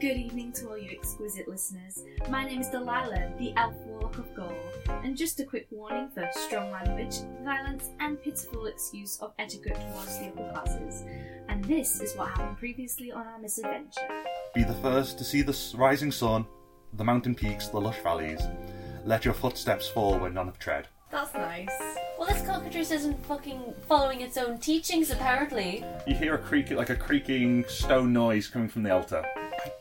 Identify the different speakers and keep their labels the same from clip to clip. Speaker 1: Good evening to all you exquisite listeners. My name is Delilah, the elf warlock of Gaul, and just a quick warning for strong language, violence, and pitiful excuse of etiquette towards the upper classes. And this is what happened previously on our misadventure.
Speaker 2: Be the first to see the s- rising sun, the mountain peaks, the lush valleys. Let your footsteps fall where none have tread.
Speaker 3: That's nice.
Speaker 4: Well, this cockatrice isn't fucking following its own teachings, apparently.
Speaker 2: You hear a creak, like a creaking stone noise coming from the altar.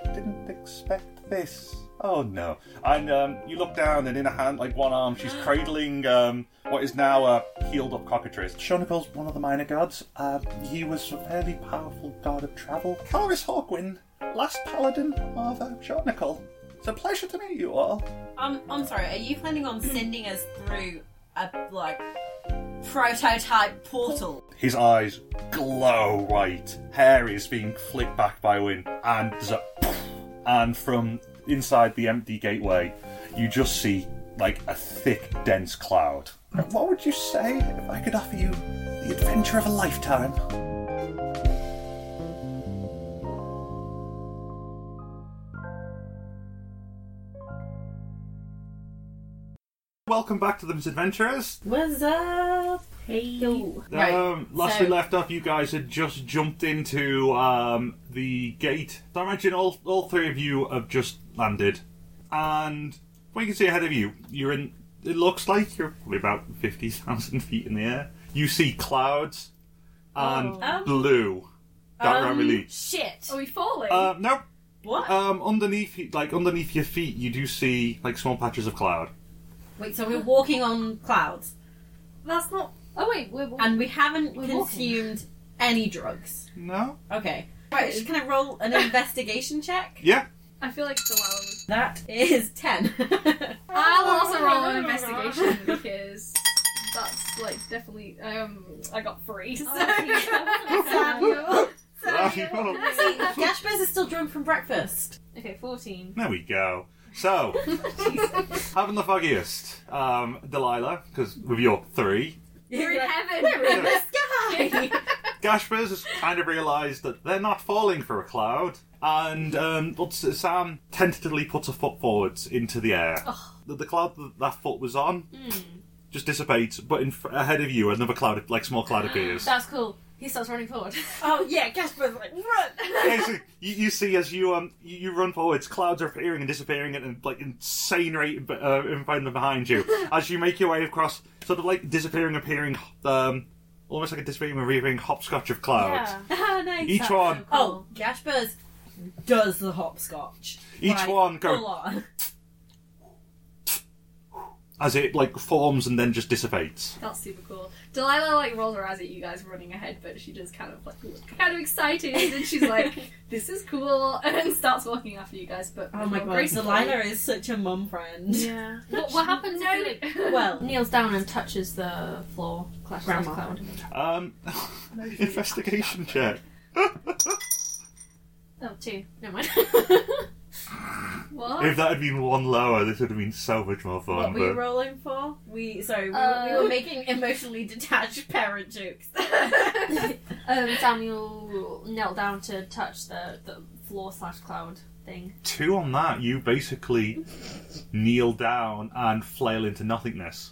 Speaker 2: I didn't expect this. Oh no! And um, you look down, and in a hand, like one arm, she's cradling um, what is now a healed-up cockatrice. Shonakel's one of the minor gods. Uh, he was a fairly powerful god of travel. Calaris Hawkwind, last paladin of uh, Shonakel. It's a pleasure to meet you all.
Speaker 3: Um, I'm sorry, are you planning on sending us through a, like, prototype portal?
Speaker 2: His eyes glow white. Hair is being flicked back by wind, and there's a and from inside the empty gateway, you just see like a thick, dense cloud. What would you say if I could offer you the adventure of a lifetime? Welcome back to the Misadventurers.
Speaker 3: What's up? Hello. Right.
Speaker 2: Um, last
Speaker 3: so,
Speaker 2: we left off, you guys had just jumped into um, the gate. So I imagine all, all three of you have just landed. And what you can see ahead of you, you're in, it looks like you're probably about 50,000 feet in the air. You see clouds and
Speaker 3: Um,
Speaker 2: blue. Directly.
Speaker 4: Shit.
Speaker 1: Are we falling?
Speaker 2: Um, nope.
Speaker 3: What?
Speaker 2: Um, underneath, y- like underneath your feet, you do see like small patches of cloud.
Speaker 3: Wait, so we're walking on clouds,
Speaker 1: That's not. Oh wait, we're.
Speaker 3: and we haven't
Speaker 1: We're walking.
Speaker 3: consumed any drugs.
Speaker 2: No.
Speaker 3: Okay. Right, can I roll an investigation check?
Speaker 2: Yeah.
Speaker 1: I feel like Delilah was.
Speaker 3: That is 10.
Speaker 1: I will also roll an investigation because that's like definitely. Um, I got three. So.
Speaker 3: Samuel.
Speaker 2: Samuel.
Speaker 3: See, Gashbears is still drunk from breakfast.
Speaker 1: okay, fourteen.
Speaker 2: There we go. So, having the foggiest, um, Delilah, because with your three,
Speaker 1: You're in heaven.
Speaker 3: We're in the sky!
Speaker 2: Gashbers has kind of realised that they're not falling for a cloud, and um, but Sam tentatively puts a foot forwards into the air. The, the cloud that that foot was on
Speaker 4: Hmm,
Speaker 2: just dissipates, but in, fr- ahead of you, another cloud, like small cloud, appears.
Speaker 4: That's cool. He starts running forward.
Speaker 3: oh, yeah, Gashbears like, run!
Speaker 2: Basically, you, you see as you um you, you run forwards, clouds are appearing and disappearing at an like insane rate uh, in front of behind you. As you make your way across, sort of like disappearing, appearing, um, almost like a disappearing and reappearing hopscotch of clouds.
Speaker 4: Ah, nice.
Speaker 2: Each
Speaker 4: That's
Speaker 2: one.
Speaker 4: so cool.
Speaker 3: Oh, Gashbears does the hopscotch.
Speaker 2: Each
Speaker 3: Like,
Speaker 2: one go-
Speaker 3: full on.
Speaker 2: As it like forms and then just dissipates.
Speaker 1: That's super cool. Delilah like rolls her eyes at you guys running ahead, but she just kind of like look kind of excited, and she's like, "This is cool," and starts walking after you guys. But
Speaker 3: Oh my
Speaker 1: more
Speaker 3: god,
Speaker 1: gracefully.
Speaker 3: Delilah is such a mum friend.
Speaker 4: Yeah.
Speaker 1: What, what happened? No.
Speaker 3: Well,
Speaker 4: Kneels down and touches the floor. Clash Clash
Speaker 3: Grandma.
Speaker 4: cloud.
Speaker 2: Um, investigation check.
Speaker 4: Oh, two. Never mind.
Speaker 1: what?
Speaker 2: If that had been one lower, this would have been so much more fun.
Speaker 3: what were you
Speaker 2: but-
Speaker 3: rolling for? We sorry, we, were,
Speaker 4: Uh,
Speaker 3: we were making emotionally detached parent jokes.
Speaker 4: um, Samuel knelt down to touch the, the floor slash cloud thing.
Speaker 2: Two on that, you basically kneel down and flail into nothingness.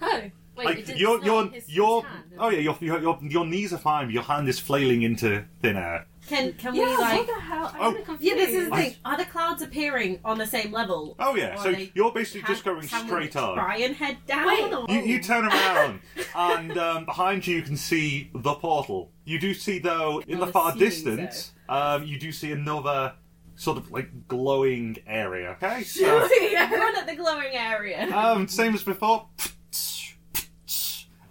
Speaker 4: Oh. Wait,
Speaker 2: like
Speaker 4: it didn't-
Speaker 2: your
Speaker 4: it's not
Speaker 2: your
Speaker 4: his- his
Speaker 2: your
Speaker 4: hand.
Speaker 2: oh yeah your, your your your knees are fine but your hand is flailing into thin air
Speaker 3: Can can
Speaker 4: Yeah,
Speaker 3: we like?
Speaker 4: what the hell?
Speaker 2: Oh.
Speaker 4: I'm confused.
Speaker 3: Yeah, this is the
Speaker 2: I-
Speaker 3: thing. Are the clouds appearing on the same level?
Speaker 2: oh yeah
Speaker 3: Or
Speaker 2: so
Speaker 3: they-
Speaker 2: you're basically
Speaker 3: Can-
Speaker 2: just going
Speaker 3: can we
Speaker 2: straight on
Speaker 3: Try and head down.
Speaker 4: Wait.
Speaker 3: or-
Speaker 2: you, you turn around and um, behind you you can see the portal you do see though in
Speaker 3: Not
Speaker 2: the far
Speaker 3: a ceiling,
Speaker 2: distance um, you do see another sort of like glowing area okay so
Speaker 3: Run at the glowing area.
Speaker 2: um, same as before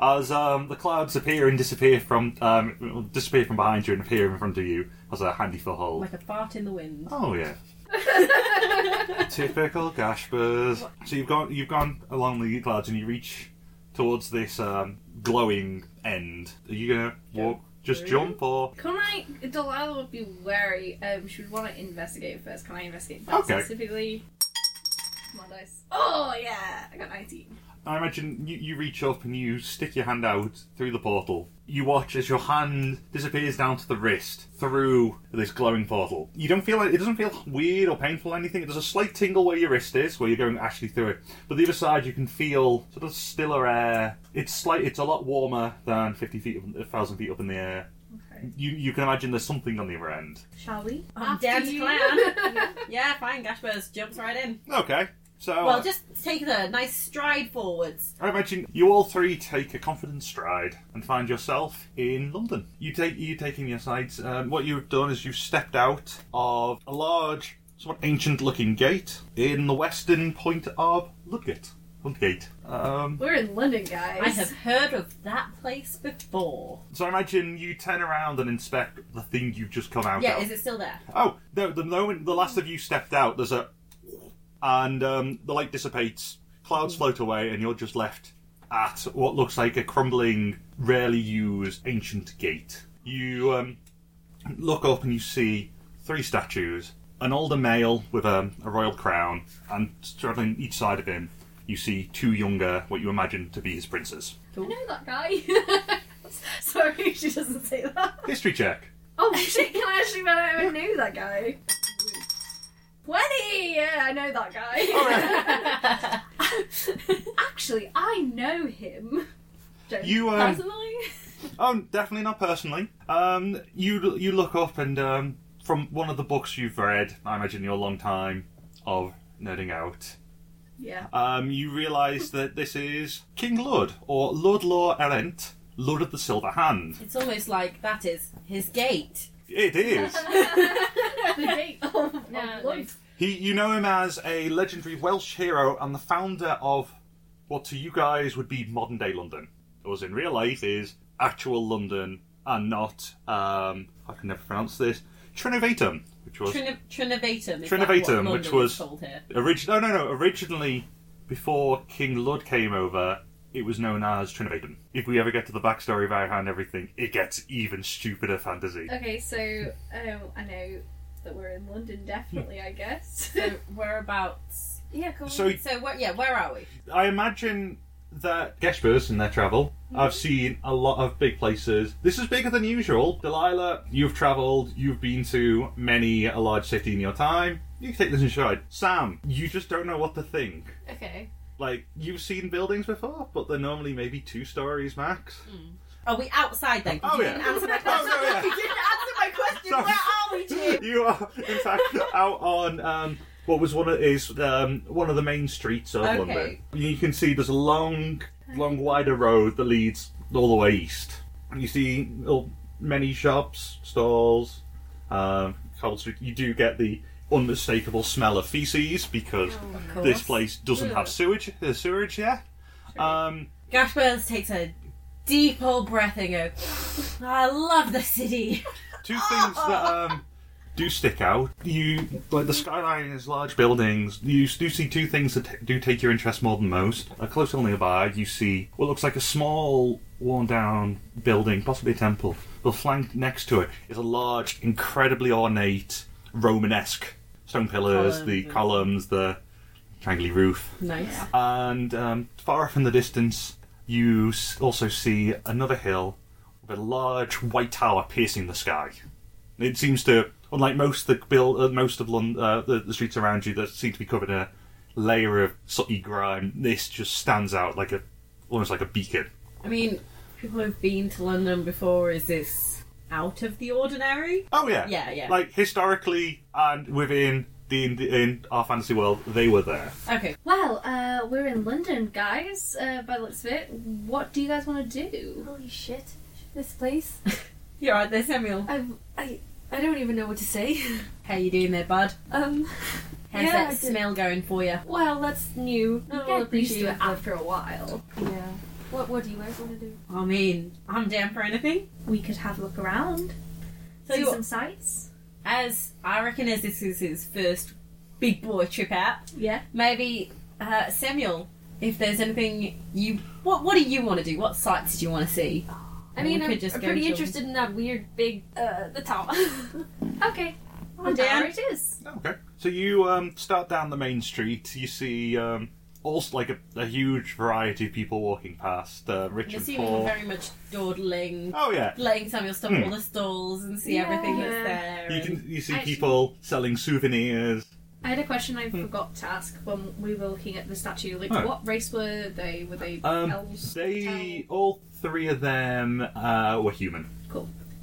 Speaker 2: as um, the clouds appear and disappear from um, disappear from behind you and appear in front of you as a handy foothold
Speaker 3: like a fart in the wind.
Speaker 2: Oh yeah. Typical Gashbers. So you've gone you've gone along the clouds and you reach towards this um, glowing end. Are you gonna walk Just
Speaker 3: Really?
Speaker 2: jump or.
Speaker 1: Can I? Delilah would be wary. Um, she would want to investigate first. Can I investigate that
Speaker 2: Okay.
Speaker 1: specifically? Come on, dice. Oh yeah, I got 19.
Speaker 2: I imagine you, you reach up and you stick your hand out through the portal. You watch as your hand disappears down to the wrist through this glowing portal. You don't feel it doesn't feel weird or painful or anything. There's a slight tingle where your wrist is, where you're going actually through it. But the other side, you can feel sort of stiller air. It's slight. It's a lot warmer than 50 feet, up- 1,000 feet up in the air.
Speaker 1: Okay.
Speaker 2: You you can imagine there's something on the other end.
Speaker 4: Shall we?
Speaker 3: I'm
Speaker 1: After
Speaker 3: down to
Speaker 1: you.
Speaker 3: clown. yeah, fine. Gashbers jumps right in.
Speaker 2: Okay. So
Speaker 3: Well, just take the nice stride forwards.
Speaker 2: I imagine you all three take a confident stride and find yourself in London. You take you taking your sides. Um, what you've done is you've stepped out of a large, somewhat ancient-looking gate in the western point of Ludgate. Ludgate. Um,
Speaker 1: We're in London, guys.
Speaker 3: I have heard of that place before.
Speaker 2: so I imagine you turn around and inspect the thing you've just come out
Speaker 3: Yeah,
Speaker 2: of.
Speaker 3: is it still there?
Speaker 2: Oh, the, the moment the last of you stepped out, there's a, and um, the light dissipates, clouds float away, and you're just left at what looks like a crumbling, rarely used ancient gate. You um, look up and you see three statues: an older male with a, a royal crown, and straddling each side of him, you see two younger, what you imagine to be his princes.
Speaker 1: I know that guy. Sorry, she doesn't say that.
Speaker 2: History check.
Speaker 1: Oh shit! Can I actually? I even knew that guy. Twenty. Yeah, I know that guy. actually, I know him. Don't-
Speaker 2: You um,
Speaker 4: Personally?
Speaker 2: Oh, definitely not personally. Um, you you look up and um, from one of the books you've read, I imagine your long time of nerding out,
Speaker 1: Yeah.
Speaker 2: um, you realise that this is King Lud or Lud Law Erent, Lud of the Silver Hand.
Speaker 3: It's almost like that is his gate.
Speaker 2: It is.
Speaker 1: the date of, of
Speaker 4: No,
Speaker 1: London.
Speaker 2: he you know him as a legendary Welsh hero and the founder of what to you guys would be modern day London, as in real life is actual London and not um, I can never pronounce this Trinovatum, which was.
Speaker 3: Trin- Trinovatum. is
Speaker 2: Trinovatum,
Speaker 3: that what
Speaker 2: which
Speaker 3: London
Speaker 2: was-
Speaker 3: called here.
Speaker 2: Origi- no, no, no. Originally, before King Lud came over, it was known as Trinovatum. If we ever get to the backstory of Arhan and everything, it gets even stupider fantasy.
Speaker 1: Okay, so um, I know that we're in London, definitely. I guess.
Speaker 3: So whereabouts?
Speaker 1: yeah,
Speaker 4: Um,
Speaker 1: cool.
Speaker 2: So
Speaker 3: So where, yeah, where are we?
Speaker 2: I imagine that Geshbers in their travel, I've seen a lot of big places. This is bigger than usual. Delilah, you've travelled, you've been to many a large city in your time. You can take this in stride. Sam, you just don't know what to think.
Speaker 4: Okay.
Speaker 2: Like, you've seen buildings before, but they're normally maybe two stories max.
Speaker 3: Are we outside then? 'Cause
Speaker 2: Oh,
Speaker 3: you
Speaker 2: yeah.
Speaker 3: didn't answer my
Speaker 1: Oh,
Speaker 3: question.
Speaker 2: no, yeah.
Speaker 3: You didn't
Speaker 2: Sorry.
Speaker 3: answer my question. Where are we, Jim?
Speaker 2: you are in fact out on um, what was one of is um, one of the main streets of
Speaker 3: Okay.
Speaker 2: London. You can see there's a long, long wider road that leads all the way east. You see little- many shops, stalls, um, cold street. You do get the unmistakable smell of feces because
Speaker 3: Of
Speaker 2: this
Speaker 3: course.
Speaker 2: place doesn't have sewage. Uh, sewage, yeah. Um,
Speaker 3: Gash Burns takes a deep old breath and goes, I love the city.
Speaker 2: two things that um, do stick out. You like the skyline is large buildings. You s- do see two things that t- do take your interest more than most. A close only by, you see what looks like a small, worn-down building, possibly a temple. The flank next to it is a large, incredibly ornate Romanesque stone pillars, the
Speaker 3: Columns.
Speaker 2: columns, the triangular roof.
Speaker 3: Nice.
Speaker 2: And um, far off in the distance, you s- also see another hill with a large white tower piercing the sky. It seems to, unlike most the build, uh, most of Lon- uh, the, the streets around you that seem to be covered in a layer of sooty grime, this just stands out like a almost like a beacon.
Speaker 3: I mean, people who've been to London before, is this out of the ordinary?
Speaker 2: Oh yeah,
Speaker 3: Yeah, yeah.
Speaker 2: Like historically and within the in, the, in our fantasy world, they were there.
Speaker 3: Okay.
Speaker 1: Well, uh, we're in London, guys. Uh, by the looks of it, what do you guys want to do?
Speaker 4: Holy shit. This place.
Speaker 3: You're right there, Samuel.
Speaker 4: I, I, I don't even know what to say.
Speaker 3: How you doing there, bud?
Speaker 4: Um,
Speaker 3: How's
Speaker 4: Yeah,
Speaker 3: that
Speaker 4: I did.
Speaker 3: smell going for you?
Speaker 4: well, that's new.
Speaker 1: You
Speaker 4: No,
Speaker 1: get
Speaker 4: I'll
Speaker 1: used to
Speaker 4: Oh, appreciate
Speaker 1: it after a while.
Speaker 4: Yeah. What, what do you guys want to do?
Speaker 3: I mean, I'm down for anything.
Speaker 1: We could have a look around,
Speaker 3: Tell
Speaker 1: see
Speaker 3: you what,
Speaker 1: some sights.
Speaker 3: as I reckon, as this is his first big boy trip out,
Speaker 1: Yeah.
Speaker 3: maybe uh, Samuel, if there's anything you, what what do you want to do? What sights do you want to see?
Speaker 4: I mean,
Speaker 3: we
Speaker 4: I'm,
Speaker 3: could just
Speaker 4: I'm
Speaker 3: go
Speaker 4: pretty
Speaker 3: to-
Speaker 4: interested in that weird big uh, the tower.
Speaker 1: Okay. Well,
Speaker 3: Dan?
Speaker 1: there it is.
Speaker 2: Okay. So you um, start down the main street. You see um, also like a, a huge variety of people walking past, uh, rich
Speaker 3: I'm
Speaker 2: and
Speaker 3: assuming
Speaker 2: poor.
Speaker 3: very much dawdling,
Speaker 2: Oh yeah.
Speaker 3: letting Samuel stop
Speaker 2: Hmm.
Speaker 3: all the stalls and see
Speaker 4: Yeah.
Speaker 3: everything that's there.
Speaker 2: You
Speaker 3: and-
Speaker 2: can you see
Speaker 1: I-
Speaker 2: people selling souvenirs.
Speaker 5: I had a question I
Speaker 2: Hmm.
Speaker 5: forgot to ask when we were looking at the statue. Like,
Speaker 2: Oh.
Speaker 5: what race were they? Were they
Speaker 2: Um,
Speaker 5: elves?
Speaker 2: They all three of them uh, were human.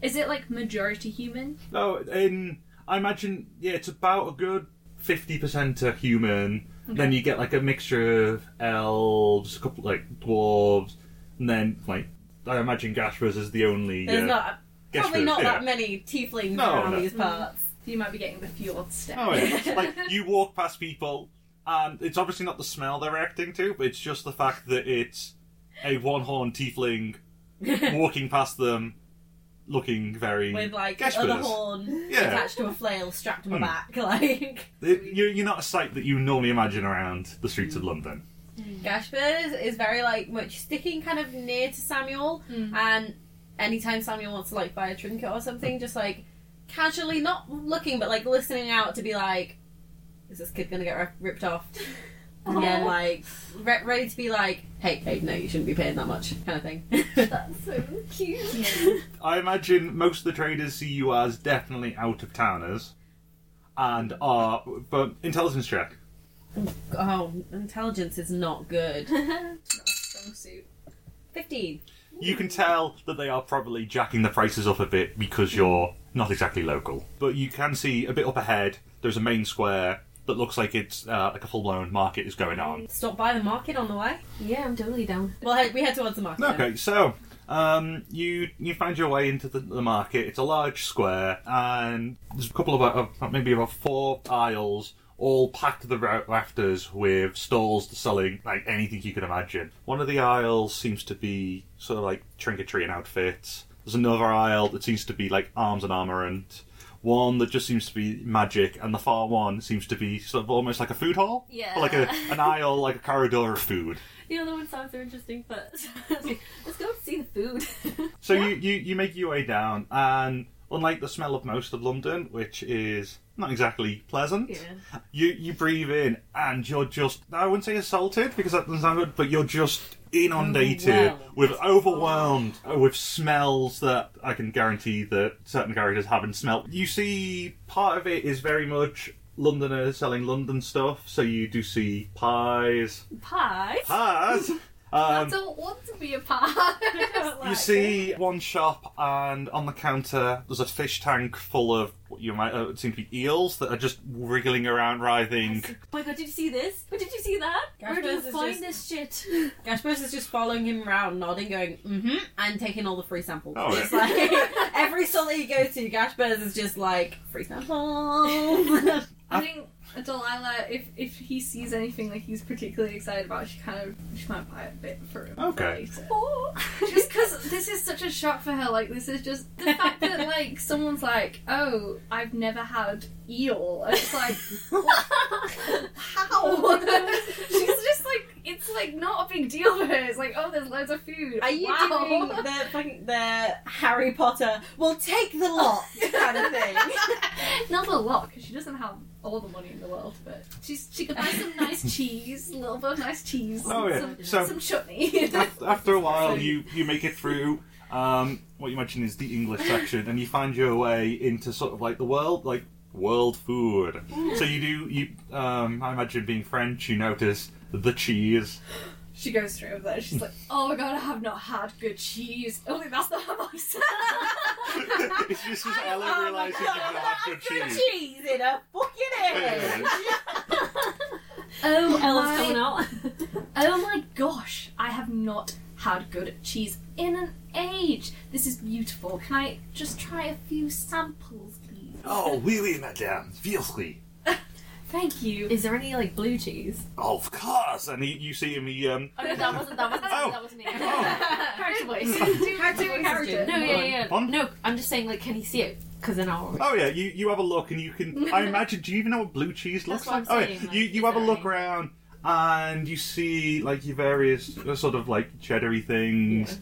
Speaker 5: Is it like majority human?
Speaker 2: Oh, in I imagine yeah, it's about a good fifty percent are human. Then you get like a mixture of elves, a couple like dwarves, and then like I imagine Gashras is the only.
Speaker 3: There's
Speaker 2: uh,
Speaker 3: not probably
Speaker 2: Gashras,
Speaker 3: not
Speaker 2: yeah.
Speaker 3: that many tieflings
Speaker 2: No,
Speaker 3: around
Speaker 2: no.
Speaker 3: these parts.
Speaker 5: You might be getting the fjord step.
Speaker 2: Oh yeah, like you walk past people, and it's obviously not the smell they're reacting to, but it's just the fact that it's a one-horned tiefling walking past them, looking very
Speaker 3: With like
Speaker 2: Gash
Speaker 3: other
Speaker 2: birds.
Speaker 3: horn
Speaker 2: Yeah.
Speaker 3: attached to a flail strapped to my
Speaker 2: Hmm.
Speaker 3: back, like
Speaker 2: They- You're, you're not a sight that you normally imagine around the streets of London.
Speaker 3: Gashbird is very like much sticking kind of near to Samuel,
Speaker 5: Hmm.
Speaker 3: and anytime Samuel wants to like buy a trinket or something, just like casually, not looking but like listening out to be like, is this kid gonna get ri- ripped off? And then
Speaker 4: Oh.
Speaker 3: like re- ready to be like, hey, hey, no, you shouldn't be paying that much, kind of thing.
Speaker 4: That's so cute.
Speaker 2: I imagine most of the traders see you as definitely out of towners, and are but intelligence check.
Speaker 3: oh, intelligence is not good.
Speaker 5: Strong suit.
Speaker 3: Fifteen.
Speaker 2: You can tell that they are probably jacking the prices up a bit because you're not exactly local. But you can see a bit up ahead, there's a main square that looks like it's uh, like a full blown market is going on.
Speaker 3: Stop by the market on the way.
Speaker 4: yeah, I'm totally down.
Speaker 3: Well, he- we head towards the market.
Speaker 2: Okay, so um, you you find your way into the, the market. It's a large square, and there's a couple of uh, maybe about four aisles, all packed to the ra- rafters with stalls selling like anything you can imagine. One of the aisles seems to be sort of like trinketry and outfits. There's another aisle that seems to be like arms and armament. One that just seems to be magic, and the far one seems to be sort of almost like a food hall,
Speaker 4: Yeah.
Speaker 2: or like a, an aisle, like a corridor of food.
Speaker 4: The other one sounds so interesting, but let's go see the food.
Speaker 2: So you, you, you make your way down, and unlike the smell of most of London, which is not exactly pleasant,
Speaker 4: yeah.
Speaker 2: you, you breathe in and you're just, I wouldn't say assaulted because that doesn't sound good, but you're just inundated
Speaker 3: Overwhelmed.
Speaker 2: with overwhelmed uh, with smells that I can guarantee that certain characters haven't smelt. You see, part of it is very much Londoners selling London stuff, so you do see pies.
Speaker 4: Pies.
Speaker 2: Pies! Um,
Speaker 5: I don't want to be a part.
Speaker 4: I don't
Speaker 2: you
Speaker 4: like it.
Speaker 2: see one shop, and on the counter there's a fish tank full of what you might uh, seem to be eels that are just wriggling around, writhing.
Speaker 4: Oh my god, did you see this? But did you see that?
Speaker 3: Gosh,
Speaker 4: Where do you
Speaker 3: this is
Speaker 4: find this shit?
Speaker 3: Gashbird is just following him around, nodding, going, mm-hmm, and taking all the free samples.
Speaker 2: Oh, yeah.
Speaker 3: It's like, every stall that you go to, Gashbird is just like, free samples.
Speaker 5: I think Delilah, if if he sees anything like he's particularly excited about, she kind of she might buy a bit for him. for
Speaker 2: Okay.
Speaker 5: later.
Speaker 4: Oh.
Speaker 5: just because this is such a shock for her. Like this is just the fact that like someone's like, oh, I've never had eel. And it's like how? She's just like it's like not a big deal for her. It's like oh, there's loads of food.
Speaker 3: Are you
Speaker 5: wow.
Speaker 3: doing the, fucking- the Harry Potter, well, take the lot kind of thing?
Speaker 5: Not a lot because she doesn't have all the money in the world, but she's she could buy some nice cheese, a little bit of nice cheese,
Speaker 2: Oh yeah.
Speaker 5: some,
Speaker 2: So
Speaker 5: some chutney.
Speaker 2: af- after a while, you you make it through. Um, what you mentioned is the English section, and you find your way into sort of like the world, like world food. So you do you. Um, I imagine being French, you notice the cheese.
Speaker 5: She goes straight over there. She's like, "Oh my god, I have not had good cheese. Only that's not how I said."
Speaker 2: it's just as Ella realizes you've not had good cheese.
Speaker 3: Cheese in a fucking egg!
Speaker 5: Oh
Speaker 4: Ella's coming
Speaker 5: my,
Speaker 4: out.
Speaker 5: oh my gosh, I have not had good cheese in an age. This is beautiful. Can I just try a few samples, please?
Speaker 2: Oh, oui, oui, madame, fiercely.
Speaker 5: Thank you.
Speaker 4: Is there any like blue cheese?
Speaker 2: Of course, and he, you see him. He um,
Speaker 4: Oh no, that wasn't that wasn't
Speaker 2: Oh.
Speaker 4: that wasn't me.
Speaker 5: Character voice. Do
Speaker 3: Character
Speaker 5: do a
Speaker 3: voice is
Speaker 5: character.
Speaker 3: good.
Speaker 4: No, yeah, yeah. yeah.
Speaker 2: Pardon?
Speaker 4: No, I'm just saying like, can he see it? Because then I'll.
Speaker 2: oh yeah, you, you have a look, and you can. I imagine. Do you even know what blue cheese looks
Speaker 4: That's
Speaker 2: like?
Speaker 4: what I'm
Speaker 2: oh
Speaker 4: saying,
Speaker 2: yeah,
Speaker 4: like,
Speaker 2: you you have a
Speaker 4: is
Speaker 2: look
Speaker 4: there
Speaker 2: around, and you see like your various uh, sort of like cheddary things,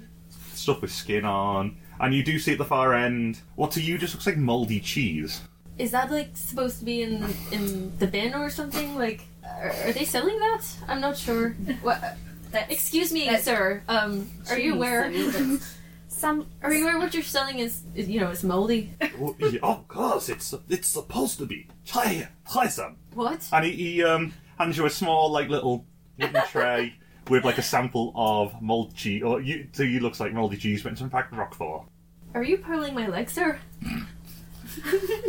Speaker 2: stuff with skin on. And you do see at the far end, what to you just looks like mouldy cheese.
Speaker 4: Is that like supposed to be in in the bin or something? Like, are, are they selling that? I'm not sure. What?
Speaker 3: That's-
Speaker 4: Excuse me,
Speaker 3: that's-
Speaker 4: sir. Um, are you
Speaker 3: Jeez,
Speaker 4: aware?
Speaker 3: Samuel,
Speaker 5: Sam,
Speaker 4: Are you aware what you're selling is, is you know is moldy?
Speaker 2: Well, yeah, of course, it's it's supposed to be. Try it, try some.
Speaker 4: What?
Speaker 2: And he, he um, hands you a small like little wooden tray with like a sample of mould cheese. Or you, to you looks like mouldy cheese, but it's in fact roquefort.
Speaker 4: Are you pulling my leg, sir?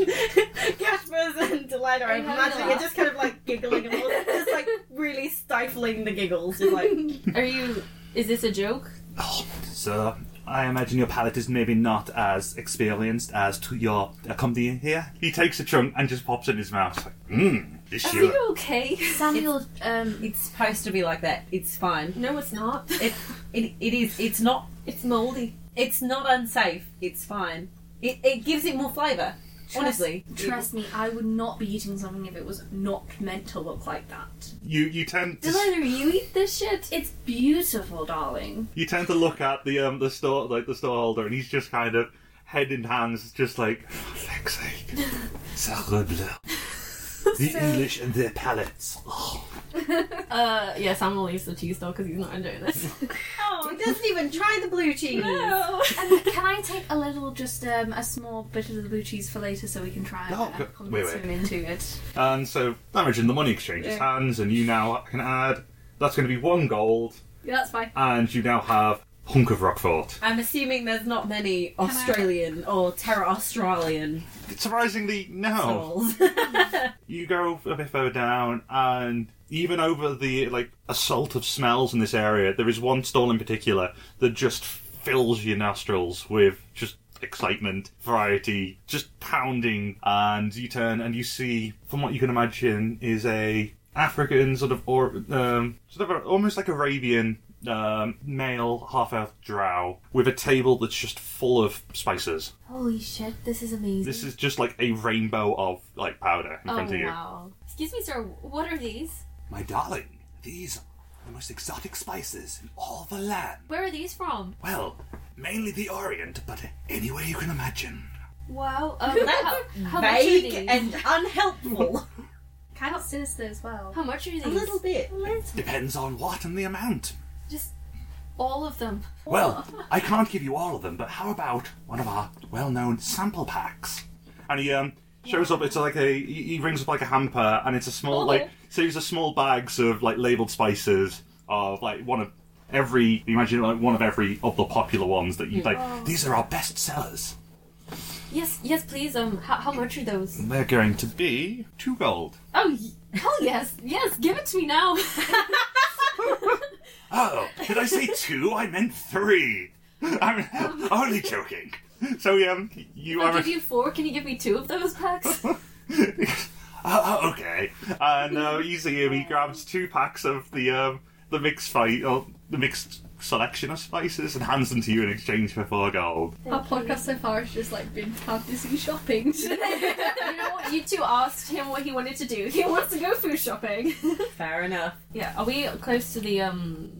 Speaker 3: Casper's and Delilah are
Speaker 4: Are you having a
Speaker 3: imagining it
Speaker 4: laugh?
Speaker 3: just kind of like giggling and all, just like really stifling the giggles. Just like,
Speaker 4: Are you? Is this a joke?
Speaker 2: Oh, sir, I imagine your palate is maybe not as experienced as to your accompany here. He takes a chunk and just pops it in his mouth. It's like, mmm, this
Speaker 4: Are
Speaker 2: sugar.
Speaker 4: you okay?
Speaker 5: Samuel, um,
Speaker 3: it's supposed to be like that. It's fine.
Speaker 4: No, it's not.
Speaker 3: It, it, it is. It's not.
Speaker 4: It's moldy.
Speaker 3: It's not unsafe. It's fine. It, it gives it more flavour. Honestly,
Speaker 5: trust me, I would not be eating something if it was not meant to look like that.
Speaker 2: You you tend to,
Speaker 4: Delilah, you eat this shit?
Speaker 5: It's beautiful, darling.
Speaker 2: you tend to look at the um the store like the storeholder and he's just kind of head in hands, just like "Oh, eh." for fuck's sake, Sacre bleu. The English and their palates. Oh.
Speaker 4: Uh, yeah, Sam will use the cheese though because he's not enjoying this.
Speaker 3: oh, it doesn't even try the blue cheese.
Speaker 5: Um, can I take a little, just um, a small bit of the blue cheese for later so we can try and
Speaker 2: Oh,
Speaker 5: uh,
Speaker 2: good.
Speaker 5: consume
Speaker 2: Wait, wait.
Speaker 5: into it?
Speaker 2: And so damage in the money exchanges hands, and you now can add. That's going to be one gold,
Speaker 5: Yeah, that's fine.
Speaker 2: and you now have hunk of rockfort.
Speaker 3: I'm assuming there's not many Australian or Terra Australian
Speaker 2: Surprisingly, no.
Speaker 3: souls.
Speaker 2: you go a bit further down and even over the like assault of smells in this area there is one stall in particular that just fills your nostrils with just excitement variety just pounding and you turn and you see from what you can imagine is a african sort of or um, sort of a, almost like arabian um, male half elf drow with a table that's just full of spices
Speaker 4: Holy shit, this is amazing.
Speaker 2: this is just like a rainbow of like powder in
Speaker 4: oh
Speaker 2: front of you
Speaker 4: wow. Excuse me, sir. What are these?
Speaker 2: My darling, these are the most exotic spices in all the land.
Speaker 4: Where are these from?
Speaker 2: Well, mainly the Orient, but anywhere you can imagine.
Speaker 4: Wow.
Speaker 3: Oh,
Speaker 4: Um, how, how
Speaker 3: That's
Speaker 4: much are
Speaker 3: vague
Speaker 4: these?
Speaker 3: and unhelpful.
Speaker 5: Kind of sinister as well.
Speaker 4: How much are these?
Speaker 3: a little bit.
Speaker 2: Depends on what and the amount.
Speaker 4: Just all of them.
Speaker 2: Well, I can't give you all of them, but how about one of our well-known sample packs? And he um shows up. It's like a he he brings up like a hamper, and it's a small
Speaker 4: Oh.
Speaker 2: like series of small bags of like labeled spices of like one of every you imagine like one of every of the popular ones that you like. These are our best sellers.
Speaker 4: Yes, yes, please. Um, how, how much are those?
Speaker 2: They're going to be two gold.
Speaker 4: Oh, y- hell yes, yes. Give it to me now.
Speaker 2: Oh, did I say two? I meant three. I'm only joking. So um, you
Speaker 4: I'll
Speaker 2: are.
Speaker 4: give you four. Can you give me two of those packs?
Speaker 2: oh, oh, okay. And uh, you see him. He grabs two packs of the um, the mixed fight or the mixed selection of spices and hands them to you in exchange for four gold.
Speaker 5: Our podcast so far has just like been fantasy shopping.
Speaker 4: you know what? You two asked him what he wanted to do. He wants to go food shopping.
Speaker 3: Fair enough.
Speaker 4: yeah. Are we close to the um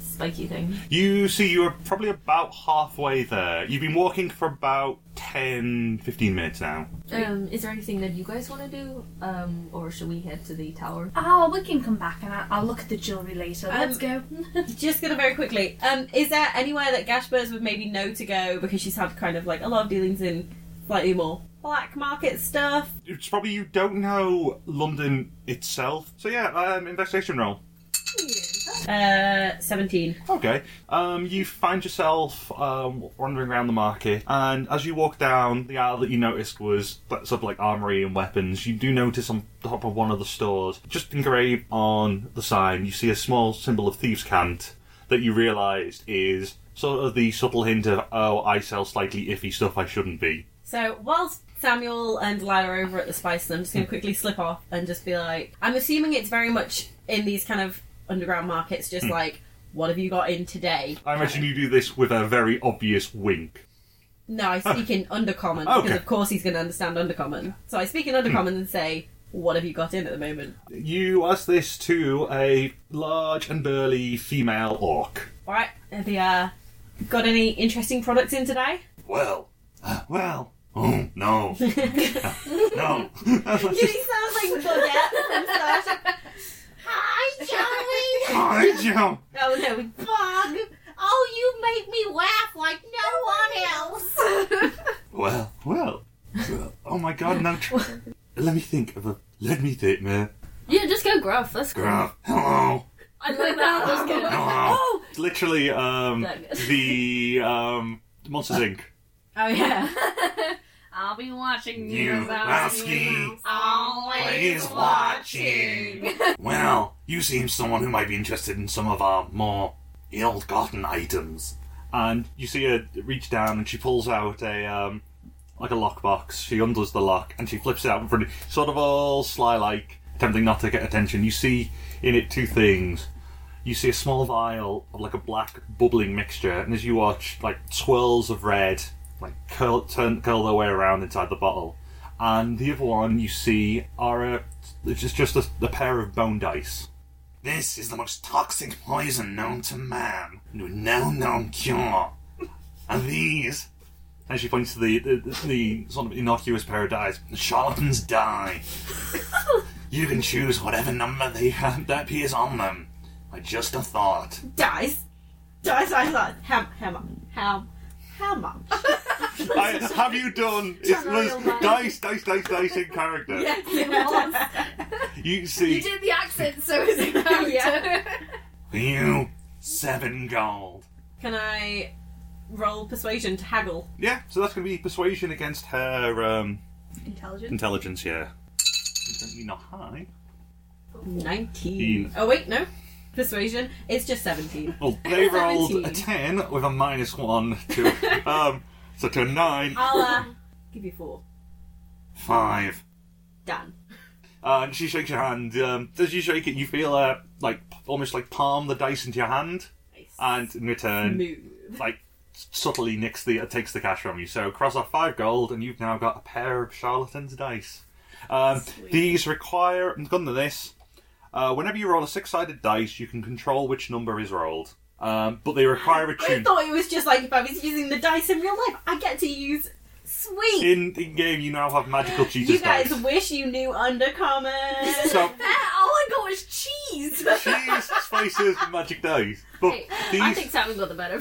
Speaker 4: spiky thing?
Speaker 2: You see, you are probably about halfway there. You've been walking for about 10, 15 minutes now.
Speaker 4: Um, is there anything that you guys want to do? Um, or should we head to the tower?
Speaker 5: oh, we can come back and I- I'll look at the jewelry later. Let's go.
Speaker 3: Just gonna very quickly. Um, is there anywhere that Gashbers would maybe know to go because she's had kind of like a lot of dealings in slightly more black market stuff?
Speaker 2: It's probably you don't know London itself. So yeah, um, investigation roll.
Speaker 3: Uh, seventeen.
Speaker 2: Okay. Um, you find yourself um, wandering around the market, and as you walk down, the aisle that you noticed was that sort of like armory and weapons. You do notice on top of one of the stores, just engraved on the sign, you see a small symbol of thieves' cant that you realise is sort of the subtle hint of oh, I sell slightly iffy stuff I shouldn't be.
Speaker 3: So whilst Samuel and Delilah are over at the spice, I'm just going to quickly slip off and just be like, I'm assuming it's very much in these kind of underground markets, just like, what have you got in today?
Speaker 2: I imagine you do this with a very obvious wink.
Speaker 3: No, I speak in undercommon
Speaker 2: Okay.
Speaker 3: because of course he's going to understand undercommon. So I speak in undercommon and say, what have you got in at the moment?
Speaker 2: You ask this to a large and burly female orc.
Speaker 3: All right, there they are. uh, Got any interesting products in today?
Speaker 2: Well, uh, well, oh, no, no.
Speaker 3: sounds like Bugette from Star Hi, Joey!
Speaker 2: Hi, Joe.
Speaker 3: Oh no, Bug! Oh, you make me laugh like no one else!
Speaker 2: Well, well. well, Oh my God, no. tr- Let me think of a. Let me think, man.
Speaker 4: Yeah, just go gruff. That's cool.
Speaker 2: Grab. Hello.
Speaker 4: I like that. That's good.
Speaker 3: Oh,
Speaker 2: Hello. It's literally um
Speaker 4: That good.
Speaker 2: the um Monsters Inc.
Speaker 3: oh yeah.
Speaker 5: I'll be watching
Speaker 2: You asking, always watching. Well, you seem someone who might be interested in some of our more ill-gotten items. And you see her reach down, and she pulls out a um, like a lockbox. She undoes the lock, and she flips it out in front, of sort of all sly-like, attempting not to get attention. You see in it two things. You see a small vial of like a black bubbling mixture, and as you watch, like swirls of red like curl turn curl their way around inside the bottle. And the other one you see are a, it's just just a, a pair of bone dice. This is the most toxic poison known to man, and with no known cure. And these, and she points to the the, the sort of innocuous pair of dice, the charlatans die. you can choose whatever number they have that appears on them. I just a thought.
Speaker 3: Dice. Dice, I thought. Ham, hammer. Ham. Hammer.
Speaker 2: I, have you done? It was dice, dice, dice, dice in character. You see,
Speaker 5: You did the accent, so is it character?
Speaker 2: You seven gold.
Speaker 3: Can I roll persuasion to haggle?
Speaker 2: Yeah, so that's going to be persuasion against her um,
Speaker 5: Intelligent.
Speaker 2: intelligence. Yeah, Certainly not high.
Speaker 3: 19. Oh, wait, no. Persuasion. It's just 17.
Speaker 2: Well, Oh, they rolled a
Speaker 3: Seventeen.
Speaker 2: ten with a minus one to um, so to a nine,
Speaker 3: I'll uh, give you four.
Speaker 2: five.
Speaker 3: Done.
Speaker 2: Uh, and she shakes your hand. Um, as you shake it, you feel uh, like p- almost like palm the dice into your hand,
Speaker 3: Nice.
Speaker 2: and in return,
Speaker 3: Smooth.
Speaker 2: like subtly nicks the uh, takes the cash from you. So cross off five gold, and you've now got a pair of charlatans dice. Um, these require. I'm going to this. Uh, whenever you roll a six-sided dice, you can control which number is rolled, um, but they require a
Speaker 3: I
Speaker 2: tune.
Speaker 3: thought it was just like if I was using the dice in real life, I get to use. Sweet!
Speaker 2: In in game, you now have magical cheaters
Speaker 3: You guys
Speaker 2: dice.
Speaker 3: wish you knew undercommon.
Speaker 2: So
Speaker 5: all I got was cheese.
Speaker 2: cheese, spices, and magic dice. But
Speaker 4: Hey,
Speaker 2: these
Speaker 4: I think Sammy got the better.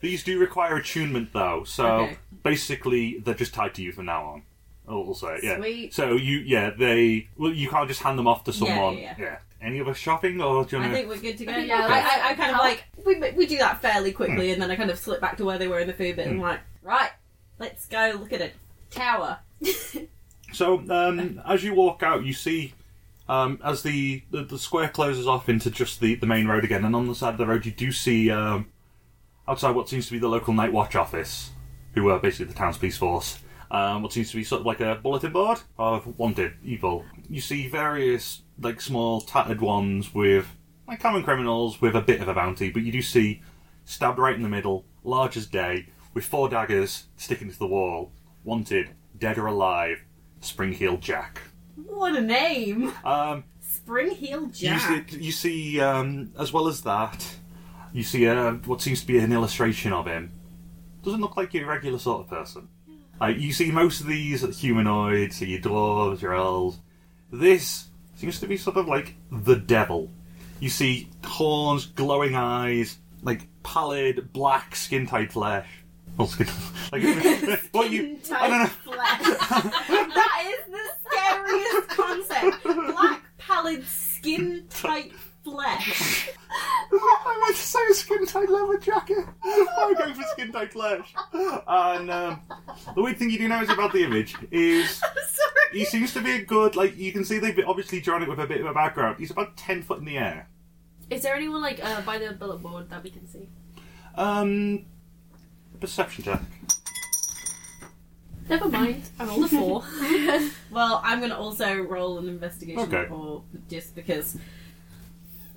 Speaker 2: these do require attunement though, so
Speaker 3: Okay.
Speaker 2: basically they're just tied to you from now on. I'll I'll say it, yeah.
Speaker 3: Sweet.
Speaker 2: So you, yeah, they. Well, you can't just hand them off to
Speaker 3: Yeah, yeah,
Speaker 2: someone.
Speaker 3: yeah.
Speaker 2: Any other shopping, or do you
Speaker 3: I
Speaker 2: want to?
Speaker 3: think we're good to go.
Speaker 4: think
Speaker 3: Yeah,
Speaker 4: that's-
Speaker 3: I, I, I kind of
Speaker 4: how-
Speaker 3: like we ma- we do that fairly quickly,
Speaker 2: Hmm.
Speaker 3: and then I kind of slip back to where they were in the food bit, and like right, let's go look at a tower.
Speaker 2: So um, as you walk out, you see um, as the, the the square closes off into just the the main road again, and on the side of the road, you do see um, outside what seems to be the local night watch office, who are basically the town's police force. Um, what seems to be sort of like a bulletin board of wanted evil. You see various like small tattered ones with like common criminals with a bit of a bounty, but you do see stabbed right in the middle, large as day, with four daggers sticking to the wall. Wanted, dead or alive, Springheel Jack.
Speaker 3: What a name,
Speaker 2: Um,
Speaker 3: Springheel
Speaker 2: you see,
Speaker 3: Jack.
Speaker 2: you see um, as well as that, you see uh, what seems to be an illustration of him. Doesn't look like your regular sort of person. Uh, you see most of these are humanoids, so your dwarves, your elves. This seems to be sort of like the devil. You see horns, glowing eyes, like pallid, black, skin-tight flesh. Well, skin, like, what you, I don't know.
Speaker 3: that is the scariest concept. Black, pallid, skin tight flesh.
Speaker 2: I went to say a skin tight leather jacket. I'm going for skin tight flesh. And um, the weird thing you do notice about the image is he seems to be a good like you can see they've obviously drawn it with a bit of a background. He's about ten foot in the air.
Speaker 4: Is there anyone like uh, by the bullet board that we can see?
Speaker 2: Um, perception check.
Speaker 4: Never mind. I rolled a four.
Speaker 3: Well, I'm gonna also roll an investigation
Speaker 2: Okay.
Speaker 3: report just because.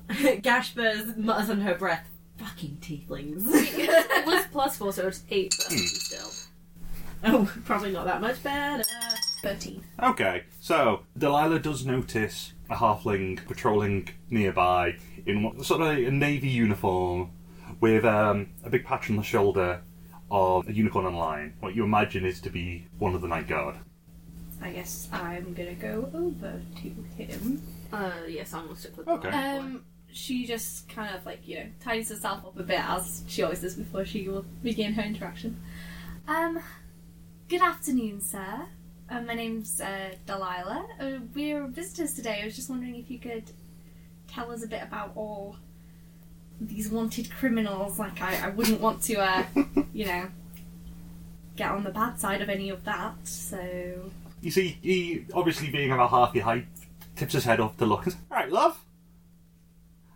Speaker 3: Gashburz mutters under her breath, "Fucking tieflings."
Speaker 4: it was plus four, so it's eight. But
Speaker 2: Hmm.
Speaker 4: still,
Speaker 3: Oh, probably not that much better.
Speaker 5: 13.
Speaker 2: Okay, so Delilah does notice a halfling patrolling nearby in what, sort of a navy uniform with um, a big patch on the shoulder of a unicorn and a lion. What you imagine is to be one of the Night Guard.
Speaker 5: I guess I'm gonna go over to him.
Speaker 4: Uh, yeah, Samuel stick with
Speaker 2: Okay.
Speaker 5: Um, she just kind of like, you know, tidies herself up a bit as she always does before she will begin her interaction. Um, good afternoon, sir. Uh, my name's uh, Delilah. Uh, we're visitors today. I was just wondering if you could tell us a bit about all these wanted criminals. Like, I, I wouldn't want to, uh, you know, get on the bad side of any of that, so.
Speaker 2: You see, he obviously being about half your height, tips his head off to look. and says, All right, love.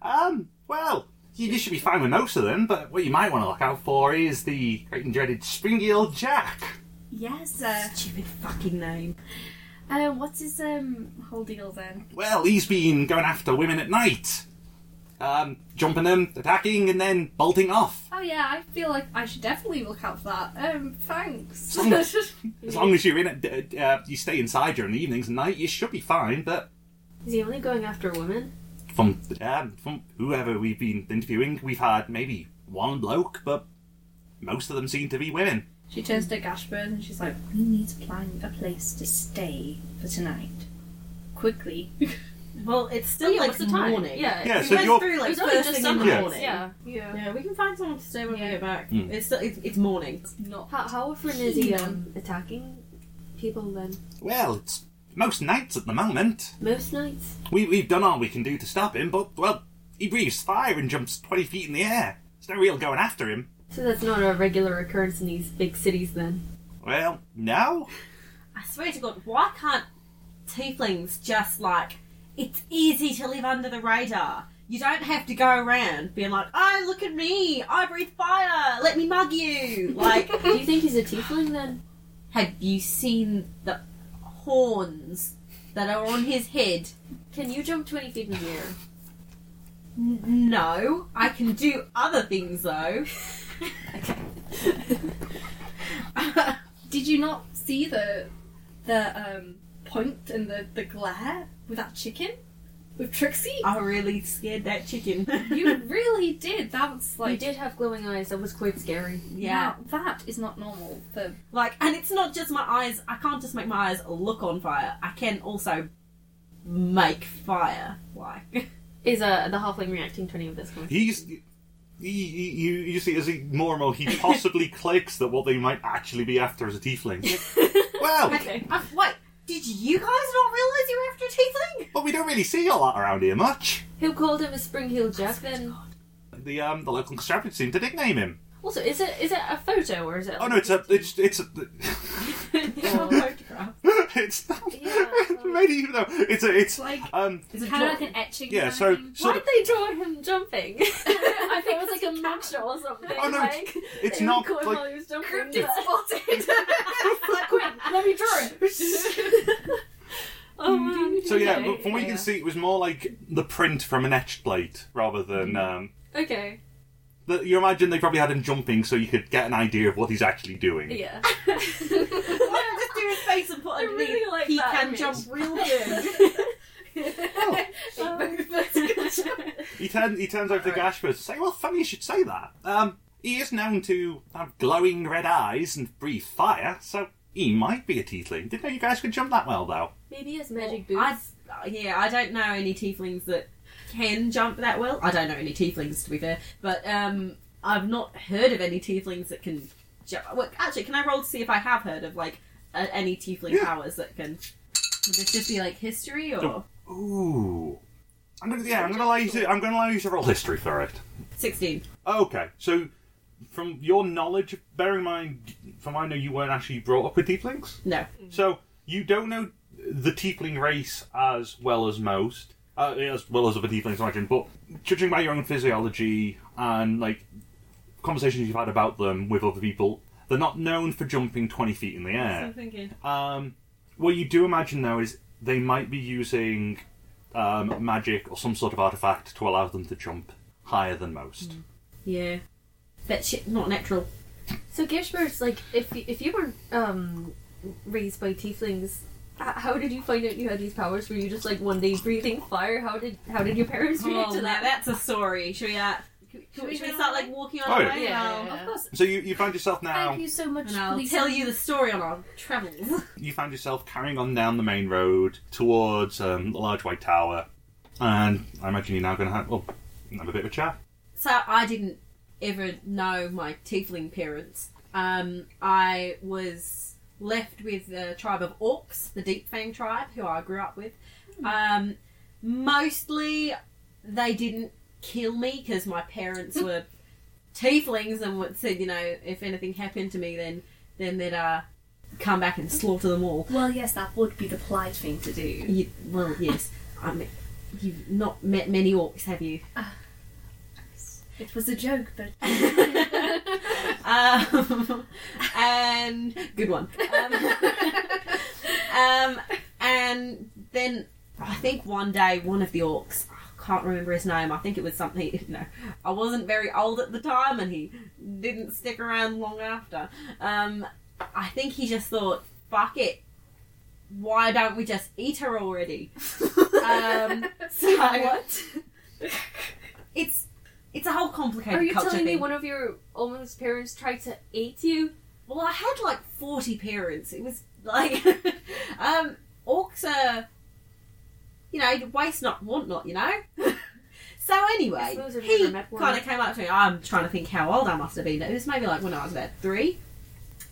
Speaker 2: Um, well, you, you should be fine with most of them, but what you might want to look out for is the great and dreaded Springy Old Jack.
Speaker 5: Yes, uh,
Speaker 3: Stupid fucking name.
Speaker 5: uh, what is um whole deal then?
Speaker 2: Well, he's been going after women at night, um, jumping them, attacking, and then bolting off.
Speaker 5: Oh yeah, I feel like I should definitely look out for that. Um, thanks.
Speaker 2: Some- As long as you're in it, uh, you stay inside during the evenings and night, you should be fine. But
Speaker 4: Is he only going after a woman?
Speaker 2: from um, from whoever we've been interviewing, we've had maybe one bloke, but most of them seem to be women.
Speaker 5: she turns to Gashford and she's like, "We need to plan a place to stay for tonight, quickly."
Speaker 3: Well, it's still
Speaker 4: yeah,
Speaker 3: like
Speaker 4: what's the time?
Speaker 3: morning.
Speaker 4: Yeah.
Speaker 2: Yeah,
Speaker 3: We
Speaker 2: so
Speaker 3: went
Speaker 2: you're-
Speaker 3: through
Speaker 4: It
Speaker 3: like
Speaker 4: was only
Speaker 3: first
Speaker 4: just
Speaker 3: thing in the
Speaker 2: sunrise,
Speaker 3: morning.
Speaker 4: Yeah. Yeah.
Speaker 3: Yeah, we can find someone to stay when
Speaker 5: Yeah.
Speaker 3: we get back.
Speaker 2: Mm.
Speaker 3: It's, still, it's it's morning.
Speaker 5: It's not
Speaker 4: How, how often is he um, attacking people then?
Speaker 2: Well, it's most nights at the moment.
Speaker 4: Most nights?
Speaker 2: We, we've done all we can do to stop him, but, well, he breathes fire and jumps 20 feet in the air. There's no real going after him.
Speaker 4: So that's not a regular occurrence in these big cities then.
Speaker 2: Well, no.
Speaker 3: I swear to God, why can't tieflings just like it's easy to live under the radar? You don't have to go around being like, "Oh, look at me! I breathe fire. Let me mug you." Like,
Speaker 4: Do you think he's a tiefling then?
Speaker 3: have you seen the horns that are on his head?
Speaker 4: Can you jump 20 feet in the air?
Speaker 3: N- no, I can do other things though.
Speaker 5: Did you not see the the um point and the the glare with that chicken with Trixie?
Speaker 3: I really scared that chicken.
Speaker 5: you really did. That was
Speaker 4: Well, he
Speaker 5: like,
Speaker 4: did have glowing eyes. That was quite scary.
Speaker 3: yeah.
Speaker 5: now, that is not normal. For
Speaker 3: Like, and it's not just my eyes. I can't just make my eyes look on fire. I can also make fire. Like,
Speaker 4: Is uh, the halfling reacting to any of this? One?
Speaker 2: He's. He, he, you, you see, as he more and more, he possibly clicks that what they might actually be after is a tiefling. Well,
Speaker 4: okay.
Speaker 3: I, Um, wait, did you guys not realize you were after a tiefling?
Speaker 2: but we don't really see all that around here much.
Speaker 4: Who called him a spring heel jack then?
Speaker 2: The um, the local conservatives seem to nickname him.
Speaker 4: Also, is it is it a photo or is it?
Speaker 2: Oh no, it's a, it's, it's a, Oh. it's not.
Speaker 4: Yeah, well-
Speaker 2: Maybe even though it's a,
Speaker 5: it's
Speaker 2: it's
Speaker 5: like
Speaker 2: um,
Speaker 3: Is it
Speaker 5: kind of like
Speaker 3: Jordan?
Speaker 5: an etching. kind
Speaker 2: yeah.
Speaker 5: of
Speaker 2: So,
Speaker 5: thing.
Speaker 2: so
Speaker 4: Why'd they draw him jumping? I think it was like a mantra or something.
Speaker 2: Oh, no,
Speaker 4: like,
Speaker 2: it's
Speaker 4: they
Speaker 2: not
Speaker 4: caught him
Speaker 2: like
Speaker 4: while he was jumping.
Speaker 5: Cryptic
Speaker 4: but-
Speaker 5: spotted.
Speaker 4: Quick, let me draw it. oh man.
Speaker 2: So yeah,
Speaker 4: okay.
Speaker 2: from what you can see, it was more like the print from an etched plate rather than.
Speaker 4: Mm-hmm.
Speaker 2: Um,
Speaker 4: Okay.
Speaker 2: the, you imagine they probably had him jumping so you could get an idea of what he's actually doing.
Speaker 4: Yeah.
Speaker 3: Why not just do his face and put
Speaker 4: I
Speaker 3: underneath?
Speaker 4: really like
Speaker 3: he
Speaker 4: that
Speaker 3: can
Speaker 4: image.
Speaker 3: jump real good.
Speaker 4: Oh.
Speaker 2: He, turn, he turns over to Gashford and says, "Well, funny you should say that. Um, he is known to have glowing red eyes and breathe fire, so he might be a tiefling. Didn't know you guys could jump that well, though.
Speaker 4: Maybe he has magic boots.
Speaker 3: I, yeah, I don't know any tieflings that can jump that well. I don't know any tieflings to be fair, but um, I've not heard of any tieflings that can jump. Well, actually, can I roll to see if I have heard of like uh, any tiefling
Speaker 2: Yeah.
Speaker 3: powers that can? Would this just be like history or
Speaker 2: Nope. Ooh, I'm gonna yeah, I'm gonna allow you to I'm gonna allow you to roll history for it.
Speaker 3: sixteen?
Speaker 2: Okay, so from your knowledge, bearing in mind, from I know you weren't actually brought up with tieflings,
Speaker 3: No.
Speaker 2: so you don't know the tiefling race as well as most, uh, as well as other tieflings, I imagine. But judging by your own physiology and like conversations you've had about them with other people, they're not known for jumping twenty feet in the air.
Speaker 3: thinking.
Speaker 2: Um, what you do imagine though is they might be using um, magic or some sort of artifact to allow them to jump higher than most.
Speaker 5: Mm.
Speaker 3: Yeah, that shit not natural.
Speaker 4: So Gishbert's like, if y- if you were um raised by tieflings, h- how did you find out you had these powers? Were you just like one day breathing fire? How did how did your parents react
Speaker 3: Oh,
Speaker 4: to
Speaker 3: now
Speaker 4: that?
Speaker 3: that's a story. Should we? Uh, Should we,
Speaker 5: we
Speaker 3: should we
Speaker 5: go
Speaker 3: start
Speaker 5: on?
Speaker 3: like walking on
Speaker 2: Oh,
Speaker 3: our
Speaker 2: yeah.
Speaker 3: way?
Speaker 4: Yeah.
Speaker 3: And I'll-
Speaker 5: Of course.
Speaker 2: So you, you find yourself now.
Speaker 5: Thank you so much.
Speaker 3: And I'll
Speaker 5: Lisa.
Speaker 3: tell you the story on our travels.
Speaker 2: you find yourself carrying on down the main road towards um, the large white tower, and I imagine you're now going to have well, have a bit of a chat.
Speaker 3: so I didn't ever know my tiefling parents. Um, I was left with the tribe of orcs, the Deep Fang tribe, who I grew up with. Um, mostly, they didn't kill me because my parents were tieflings and would said, you know, if anything happened to me, then then they'd uh, come back and slaughter them all.
Speaker 5: Well, yes, that would be the polite thing to do.
Speaker 3: You, well, yes, I mean, you've not met many orcs, have you?
Speaker 5: It was a joke, but
Speaker 3: um, and good one. Um, um, and then I think one day one of the orcs, I can't remember his name. I think it was something. No, I wasn't very old at the time, and he didn't stick around long after. Um, I think he just thought, "Fuck it." Why don't we just eat her already? Um, so
Speaker 4: What?
Speaker 3: it's it's a whole complicated
Speaker 4: Are you
Speaker 3: culture
Speaker 4: telling me
Speaker 3: thing.
Speaker 4: one of your almost parents tried to eat you?
Speaker 3: Well, I had like 40 parents. It was like, um, orcs are, you know, waste not, want not, you know? so anyway,
Speaker 4: Those have
Speaker 3: he
Speaker 4: never met one.
Speaker 3: kind of came up to me. I'm trying to think how old I must have been. It was maybe like when I was about three.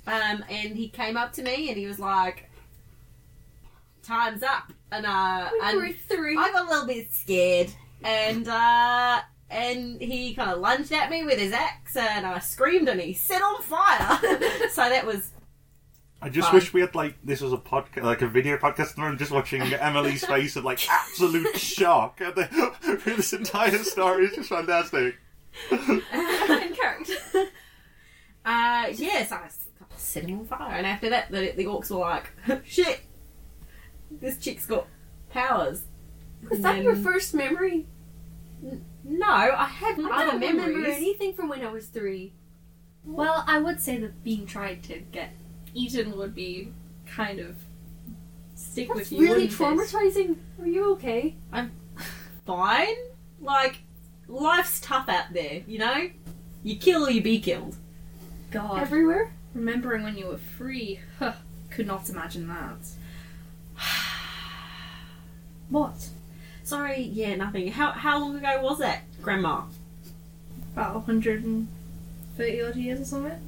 Speaker 3: Um, and he came up to me and he was like, time's up. And, uh,
Speaker 4: We
Speaker 3: and
Speaker 4: were three.
Speaker 3: I got a little bit scared, and uh, and he kind of lunged at me with his axe, and I screamed, and he set on fire. so that was
Speaker 2: I just
Speaker 3: Fine.
Speaker 2: wish we had like this was a podcast, like a video podcast, and I'm just watching Emily's face of like absolute shock at the through this entire story. It's just fantastic.
Speaker 4: In character.
Speaker 3: uh, yes, I s- set him on fire, and after that, the, the orcs were like, shit, this chick's got powers.
Speaker 4: Was
Speaker 3: And
Speaker 4: that your
Speaker 3: then-
Speaker 4: first memory?
Speaker 3: No, I had
Speaker 4: I
Speaker 3: other
Speaker 4: don't remember
Speaker 3: memories.
Speaker 4: anything from when I was three.
Speaker 5: well, I would say that being tried to get eaten would be kind of stick
Speaker 4: That's
Speaker 5: with you.
Speaker 4: really
Speaker 5: wouldn't it?
Speaker 4: traumatizing. Are you okay?
Speaker 3: Fine, like life's tough out there, you know. You kill or you be killed.
Speaker 5: God,
Speaker 4: Everywhere?
Speaker 5: remembering when you were free, huh, could not imagine that. what?
Speaker 3: Sorry, yeah, nothing. How how long ago was that, Grandma?
Speaker 5: About 130 odd years or something?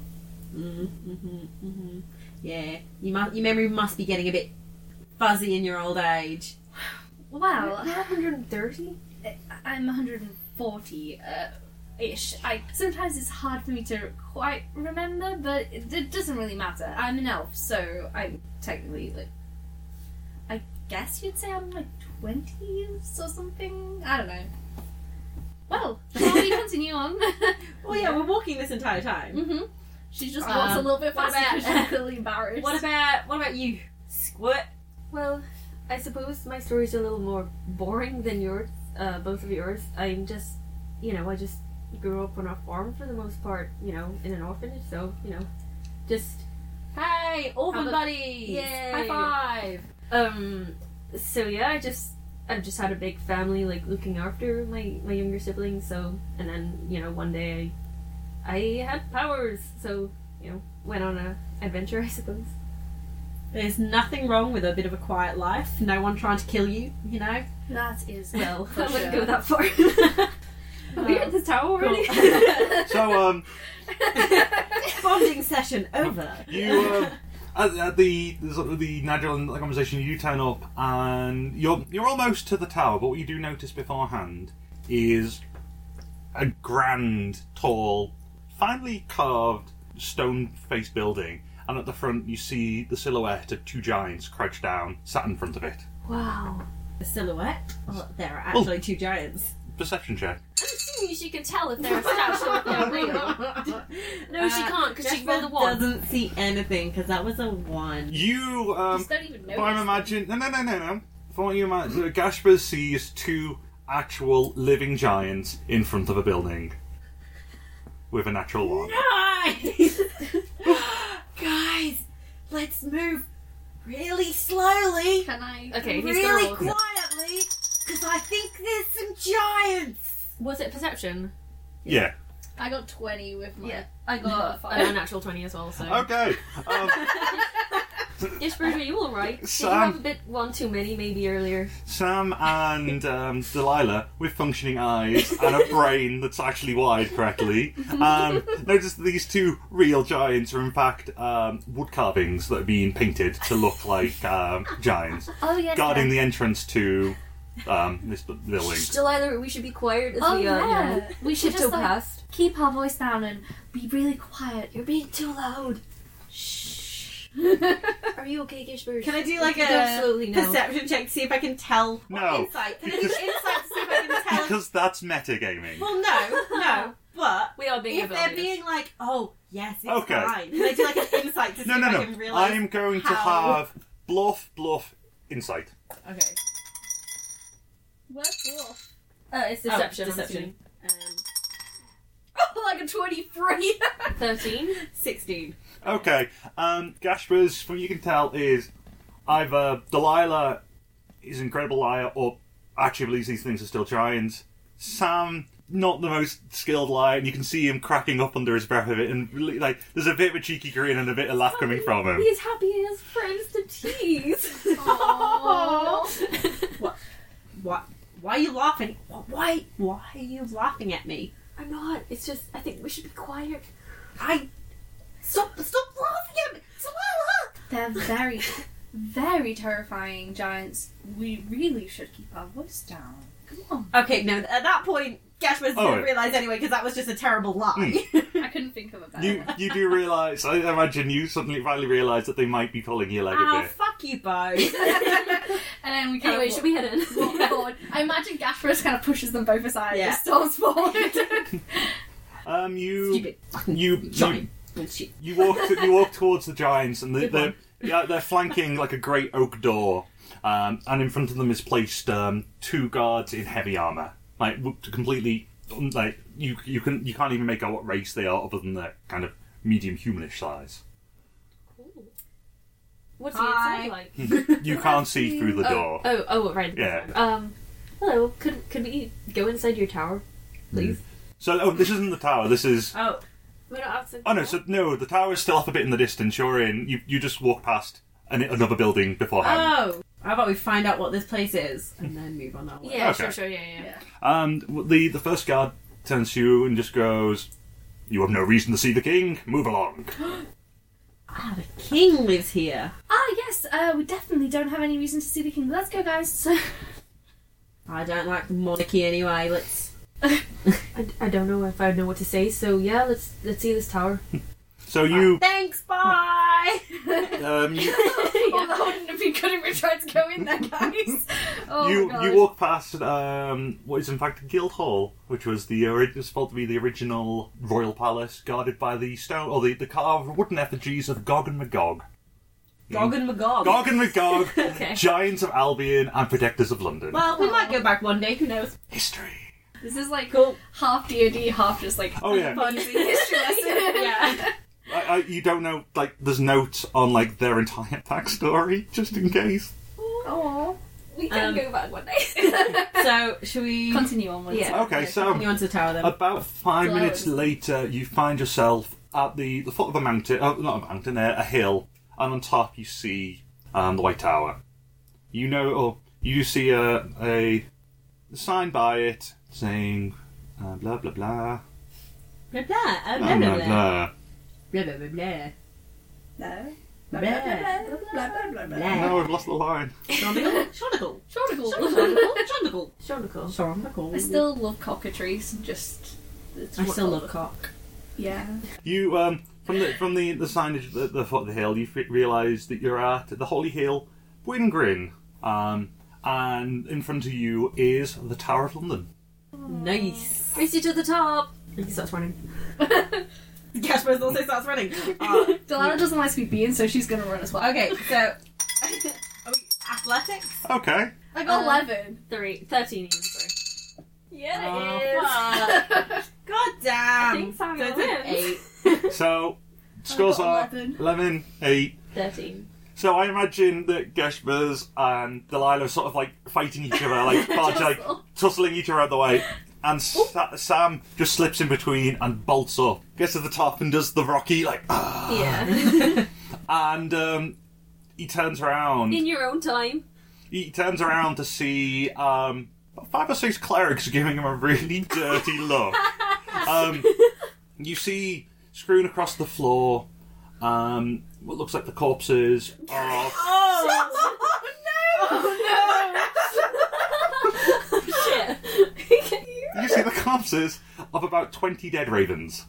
Speaker 3: Mm, mhm, mhm. Yeah, you must, your memory must be getting a bit fuzzy in your old age.
Speaker 5: Well,
Speaker 4: You're 130?
Speaker 5: I- I'm 140 uh, ish. I sometimes it's hard for me to quite remember, but it, it doesn't really matter. I'm an elf, so I'm technically like, I guess you'd say I'm like 20s or something. I don't know. Well, shall we continue on?
Speaker 3: Well, yeah, we're walking this entire time.
Speaker 5: hmm She just walks a
Speaker 3: Um,
Speaker 5: little bit
Speaker 3: what
Speaker 5: faster because
Speaker 3: about-
Speaker 5: she's really embarrassed.
Speaker 3: Mm-hmm. What about what about you, Squirt?
Speaker 4: Well, I suppose my story's a little more boring than yours, uh, both of yours. I'm just, you know, I just grew up on a farm for the most part, you know, in an orphanage, so, you know, just
Speaker 3: Hey, orphan
Speaker 4: How about-
Speaker 3: buddies!
Speaker 4: Yay.
Speaker 3: High five!
Speaker 4: Um. So yeah, I just I've just had a big family, like looking after my my younger siblings. So and then you know one day I, I had powers. So you know went on a adventure, I suppose.
Speaker 3: There's nothing wrong with a bit of a quiet life. No one trying to kill you, you know.
Speaker 5: that is
Speaker 4: Well,
Speaker 5: For
Speaker 4: I wouldn't
Speaker 5: sure.
Speaker 4: go that far. Are we at the tower already?
Speaker 2: So um,
Speaker 3: Bonding session over.
Speaker 2: you uh, at, at the the sort of the Nigel and the conversation, you turn up and you're you're almost to the tower. But what you do notice beforehand is a grand, tall, finely carved stone-faced building, and at the front you see the silhouette of two giants crouched down, sat in front of it.
Speaker 4: wow.
Speaker 3: The silhouette. Oh, there are actually two giants.
Speaker 2: Perception check.
Speaker 4: I'm assuming Hmm, she can tell if they're a statue if they're real. No, she
Speaker 3: Uh,
Speaker 4: can't because she
Speaker 3: Jethro
Speaker 4: rolled a one.
Speaker 3: doesn't see anything because that was a one.
Speaker 2: You
Speaker 5: You
Speaker 2: um,
Speaker 5: just don't even know.
Speaker 2: Well, I'm imagining. No, no, no, no, no. From what you imagine, Gasper sees two actual living giants in front of a building with a natural one.
Speaker 3: Guys! Guys, let's move really slowly,
Speaker 5: Can I?
Speaker 4: Okay, who's gonna
Speaker 3: really
Speaker 4: roll?
Speaker 3: quietly, because I think there's some giants.
Speaker 4: Was it perception?
Speaker 2: Yeah.
Speaker 5: I got 20 with my.
Speaker 4: Yeah. I got
Speaker 5: Five.
Speaker 4: an unnatural 20 as well, so.
Speaker 2: Okay. Um,
Speaker 4: Yes, Bruce, you all right? Did you
Speaker 2: Sam.
Speaker 4: have a bit one too many maybe earlier?
Speaker 2: Sam and um, Delilah with functioning eyes and a brain that's actually wired correctly. Um, notice that these two real giants are in fact um, wood carvings that have been painted to look like um, giants,
Speaker 4: Oh, yeah.
Speaker 2: guarding the entrance to um, this bu- building.
Speaker 4: Delilah, we should be quiet as
Speaker 5: Oh,
Speaker 4: we uh,
Speaker 5: yeah.
Speaker 4: you know,
Speaker 5: We should
Speaker 4: tiptoe
Speaker 5: just, like-
Speaker 4: past.
Speaker 5: Keep our voice down and be really quiet. You're being too loud.
Speaker 4: Shh.
Speaker 5: Are
Speaker 4: you okay, Gishbert?
Speaker 3: Can I do like
Speaker 4: You can go
Speaker 3: a
Speaker 4: slowly now.
Speaker 3: perception check to see if I can tell?
Speaker 2: No.
Speaker 3: Insight. Can I do insight to see if I can tell?
Speaker 2: Because that's metagaming.
Speaker 3: Well, no, no. But
Speaker 4: We are being
Speaker 3: if they're
Speaker 4: rebellious.
Speaker 3: being like, oh yes, it's
Speaker 2: Okay.
Speaker 3: fine. Can I do like an insight to see
Speaker 2: No, no,
Speaker 3: if
Speaker 2: no.
Speaker 3: I can realize?
Speaker 2: I am going to
Speaker 3: how-
Speaker 2: have bluff, bluff, insight.
Speaker 3: Okay.
Speaker 5: What's wolf?
Speaker 4: Uh, it's
Speaker 3: Oh,
Speaker 4: deception. I'm
Speaker 3: deception. Um,
Speaker 5: Oh, like a 23.
Speaker 4: assuming. 13?
Speaker 3: Um, Sixteen.
Speaker 2: Okay. Um, Gasper's, from what you can tell, is either Delilah is an incredible liar or actually believes these things are still giants. Sam, not the most skilled liar, and you can see him cracking up under his breath of it. And really, like, there's a bit of a cheeky grin and a bit of laugh coming from him.
Speaker 4: He's happy he has friends to tease.
Speaker 3: What? Why are you laughing? Why? Why are you laughing at me?
Speaker 4: I'm not. It's just, I think we should be quiet.
Speaker 3: I stop! Stop laughing at me, Delilah.
Speaker 5: They're very, very terrifying giants. We really should keep our voice down. Come on.
Speaker 3: Okay, no. At that point, Gashman's
Speaker 2: Oh, Hmm.
Speaker 3: didn't
Speaker 2: wait.
Speaker 3: realize anyway because that was just a terrible lie.
Speaker 5: I couldn't think of a better
Speaker 2: You
Speaker 5: one.
Speaker 2: you do realise, I imagine you suddenly finally realise that they might be pulling your leg a
Speaker 3: oh,
Speaker 2: bit.
Speaker 3: fuck you both.
Speaker 5: And then we kind
Speaker 4: Anyway,
Speaker 5: of
Speaker 4: should we head in?
Speaker 5: walk forward. I imagine Gasparus kind of pushes them both aside
Speaker 3: Yeah.
Speaker 5: and storms forward.
Speaker 2: Um, you
Speaker 3: Stupid fucking
Speaker 2: you
Speaker 3: giant bullshit.
Speaker 2: You walk. you walk towards the giants, and they,
Speaker 3: Good
Speaker 2: they're
Speaker 3: one.
Speaker 2: yeah, they're flanking like a great oak door, um, and in front of them is placed um, two guards in heavy armor, like w- completely um, like you you can you can't even make out what race they are other than they're kind of medium humanish size.
Speaker 4: What's
Speaker 3: he inside
Speaker 4: he like?
Speaker 2: You can't see through the door.
Speaker 4: Oh, oh, right.
Speaker 2: Yeah.
Speaker 4: Um, hello. Could could we go inside your tower,
Speaker 2: Hmm.
Speaker 4: please?
Speaker 2: So oh, this isn't the tower. This is.
Speaker 3: Oh,
Speaker 4: We don't have to.
Speaker 2: Oh no! So no, the tower's still up a bit in the distance. You're in. You you just walk past an, another building beforehand.
Speaker 3: oh. How about we find out what this place is and then move on our way?
Speaker 4: yeah,
Speaker 2: Okay.
Speaker 4: sure, sure, yeah, yeah.
Speaker 5: Yeah.
Speaker 2: And Um, the the first guard turns to you and just goes, "You have no reason to see the king. Move along."
Speaker 3: Ah, the king lives here.
Speaker 5: ah, yes, uh, we definitely don't have any reason to see the king. Let's go, guys. So,
Speaker 3: I don't like the monarchy anyway. Let's.
Speaker 4: I, I don't know if I know what to say. So yeah, let's let's see this tower.
Speaker 2: So you,
Speaker 3: Thanks. Bye.
Speaker 2: um, you,
Speaker 5: oh, that wouldn't have been good if we tried to go in there, guys. Oh,
Speaker 2: you,
Speaker 5: my
Speaker 2: you
Speaker 5: God.
Speaker 2: walk past um, what is in fact Guildhall, which was the ori- was supposed to be the original royal palace, guarded by the stone or the, the carved wooden effigies of Gog and Magog.
Speaker 3: Gog and Magog.
Speaker 2: Gog and Magog,
Speaker 4: Okay.
Speaker 2: giants of Albion and protectors of London.
Speaker 3: Well, we might go back one day. Who knows?
Speaker 2: History.
Speaker 5: This is like
Speaker 3: Cool.
Speaker 5: half DoD, half just like
Speaker 2: Oh yeah.
Speaker 3: Fun.
Speaker 5: history lesson.
Speaker 3: yeah.
Speaker 2: I, I, you don't know, like, there's notes on, like, their entire backstory, just in case.
Speaker 5: Oh, we can
Speaker 3: Um,
Speaker 5: go back one day.
Speaker 3: So, should we?
Speaker 5: Continue on with
Speaker 4: Yeah.
Speaker 2: Okay, so...
Speaker 3: continue on to the tower then.
Speaker 2: About five
Speaker 5: Blows.
Speaker 2: minutes later, you find yourself at the, the foot of a mountain, oh, not a mountain, a, a hill, and on top you see um, the White Tower. You know, or you see a, a sign by it saying uh, blah blah blah
Speaker 3: blah blah uh,
Speaker 2: blah
Speaker 3: blah
Speaker 2: blah blah.
Speaker 3: blah blah blah blah blah.
Speaker 5: No.
Speaker 3: Blah, blah, blah,
Speaker 2: No, I've lost the line.
Speaker 3: Shondigal, Shondigal,
Speaker 5: Shorticle.
Speaker 3: Shondigal, Shondigal,
Speaker 4: Sure, Nicole.
Speaker 3: Shondigal.
Speaker 5: I still love cockatrice. Just. It's
Speaker 3: I
Speaker 5: what-
Speaker 3: still love cock.
Speaker 5: Yeah.
Speaker 2: You um from the from the the signage at the, the foot of the hill, you f- realise that you're at the Holy Hill, Wingrin, um, and in front of you is the Tower of London.
Speaker 3: Nice.
Speaker 4: Race you to the top. He starts running.
Speaker 3: Cashman's also starts running. Uh,
Speaker 5: Delilah doesn't like to be beaten, so she's gonna run as well.
Speaker 3: okay, so are we athletics.
Speaker 2: Okay.
Speaker 5: I
Speaker 4: got
Speaker 5: got eleven.
Speaker 4: Three, 13 even, sorry. Ah,
Speaker 3: Oh,
Speaker 4: Yes.
Speaker 5: fuck.
Speaker 3: God
Speaker 4: I
Speaker 3: damn.
Speaker 4: think so,
Speaker 3: it's an
Speaker 4: yeah.
Speaker 3: eight.
Speaker 2: So, scores are
Speaker 5: got
Speaker 2: 11.
Speaker 5: 11.
Speaker 2: 8.
Speaker 4: 13.
Speaker 2: So I imagine that Geshbers and Delilah are sort of like fighting each other, like, barge, like tussling each other out the way. and Sa- Sam just slips in between and bolts up. Gets to the top and does the Rocky like, ah,
Speaker 4: Yeah.
Speaker 2: and um, he turns around.
Speaker 4: In your own time.
Speaker 2: He turns around to see um, five or six clerics giving him a really dirty look. Um, you see, screwing across the floor, um, what looks like the corpses of
Speaker 3: Oh.
Speaker 4: Shit.
Speaker 2: you see the corpses of about twenty dead ravens.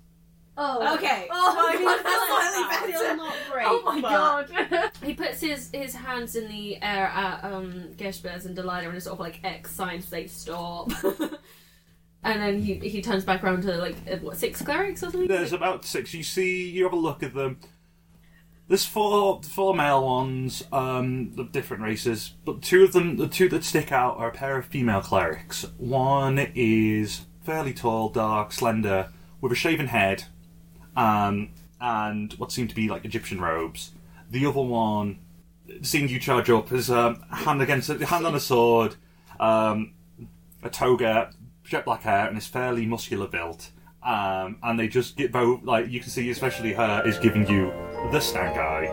Speaker 5: Oh.
Speaker 3: Okay.
Speaker 5: Oh,
Speaker 3: Well, I
Speaker 5: God,
Speaker 3: mean, that's slightly better. not great.
Speaker 5: Oh my
Speaker 3: but-
Speaker 5: god.
Speaker 4: He puts his, his hands in the air at um, Geshbez and Delilah and is sort of like X signs say stop. and then he, he turns back around to like, uh, what, six clerics or something?
Speaker 2: There's about six. You see, you have a look at them. There's four four male ones um, of different races, but two of them, the two that stick out, are a pair of female clerics. One is fairly tall, dark, slender, with a shaven head, um, and what seem to be like Egyptian robes. The other one, seeing you charge up, is um, a hand against a hand on a sword, um, a toga, jet black hair, and is fairly muscular built. Um, and they just get both like you can see, especially her is giving you the stank eye.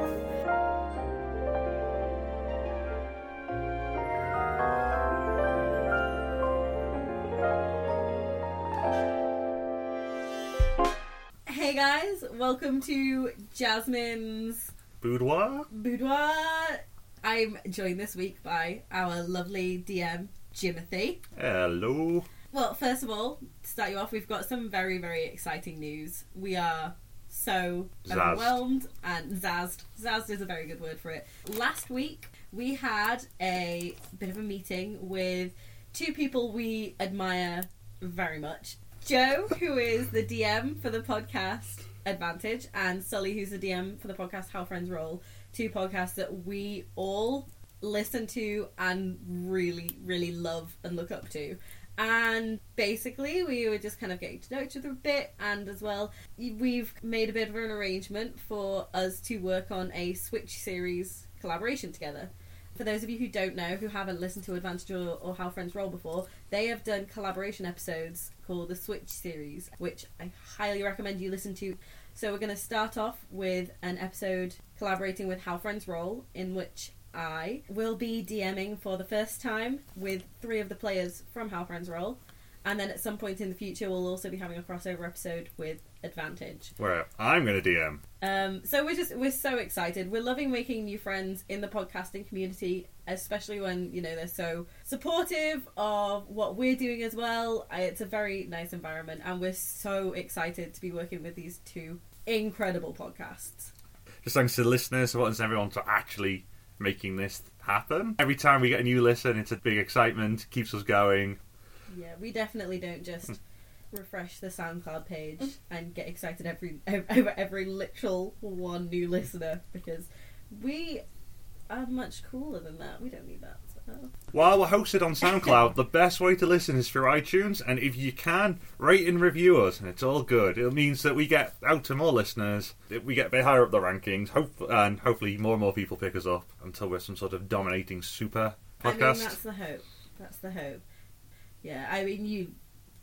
Speaker 3: Hey guys, welcome to Jasmine's
Speaker 2: Boudoir.
Speaker 3: Boudoir. I'm joined this week by our lovely DM, Jimothy.
Speaker 2: Hello.
Speaker 3: Well, first of all, to start you off, we've got some very, very exciting news. We are so
Speaker 2: Zazzed.
Speaker 3: overwhelmed and zazzed. Zazzed is a very good word for it. Last week, we had a bit of a meeting with two people we admire very much Joe, who is the DM for the podcast Advantage, and Sully, who's the DM for the podcast How Friends Roll, two podcasts that we all listen to and really, really love and look up to. And basically, we were just kind of getting to know each other a bit, and as well, we've made a bit of an arrangement for us to work on a Switch series collaboration together. For those of you who don't know, who haven't listened to Advantage or, or How Friends Roll before, they have done collaboration episodes called the Switch series, which I highly recommend you listen to. So, we're going to start off with an episode collaborating with How Friends Roll, in which I will be DMing for the first time with three of the players from How Friends Roll. And then at some point in the future, we'll also be having a crossover episode with Advantage.
Speaker 2: Where I'm gonna DM.
Speaker 3: Um, so we're just we're so excited. We're loving making new friends in the podcasting community, especially when you know they're so supportive of what we're doing as well. I- It's a very nice environment, and we're so excited to be working with these two incredible podcasts.
Speaker 2: Just thanks to the listeners, support and everyone for actually making this happen. Every time we get a new listen, it's a big excitement, keeps us going.
Speaker 3: Yeah, we definitely don't just refresh the SoundCloud page and get excited every over every literal one new listener because we are much cooler than that. We don't need that. So.
Speaker 2: While we're hosted on SoundCloud, the best way to listen is through iTunes, and if you can, rate and review us, and it's all good. It means that we get out to more listeners, that we get a bit higher up the rankings, hope- and hopefully more and more people pick us up until we're some sort of dominating super podcast.
Speaker 3: I mean, that's the hope. That's the hope. Yeah, I mean, you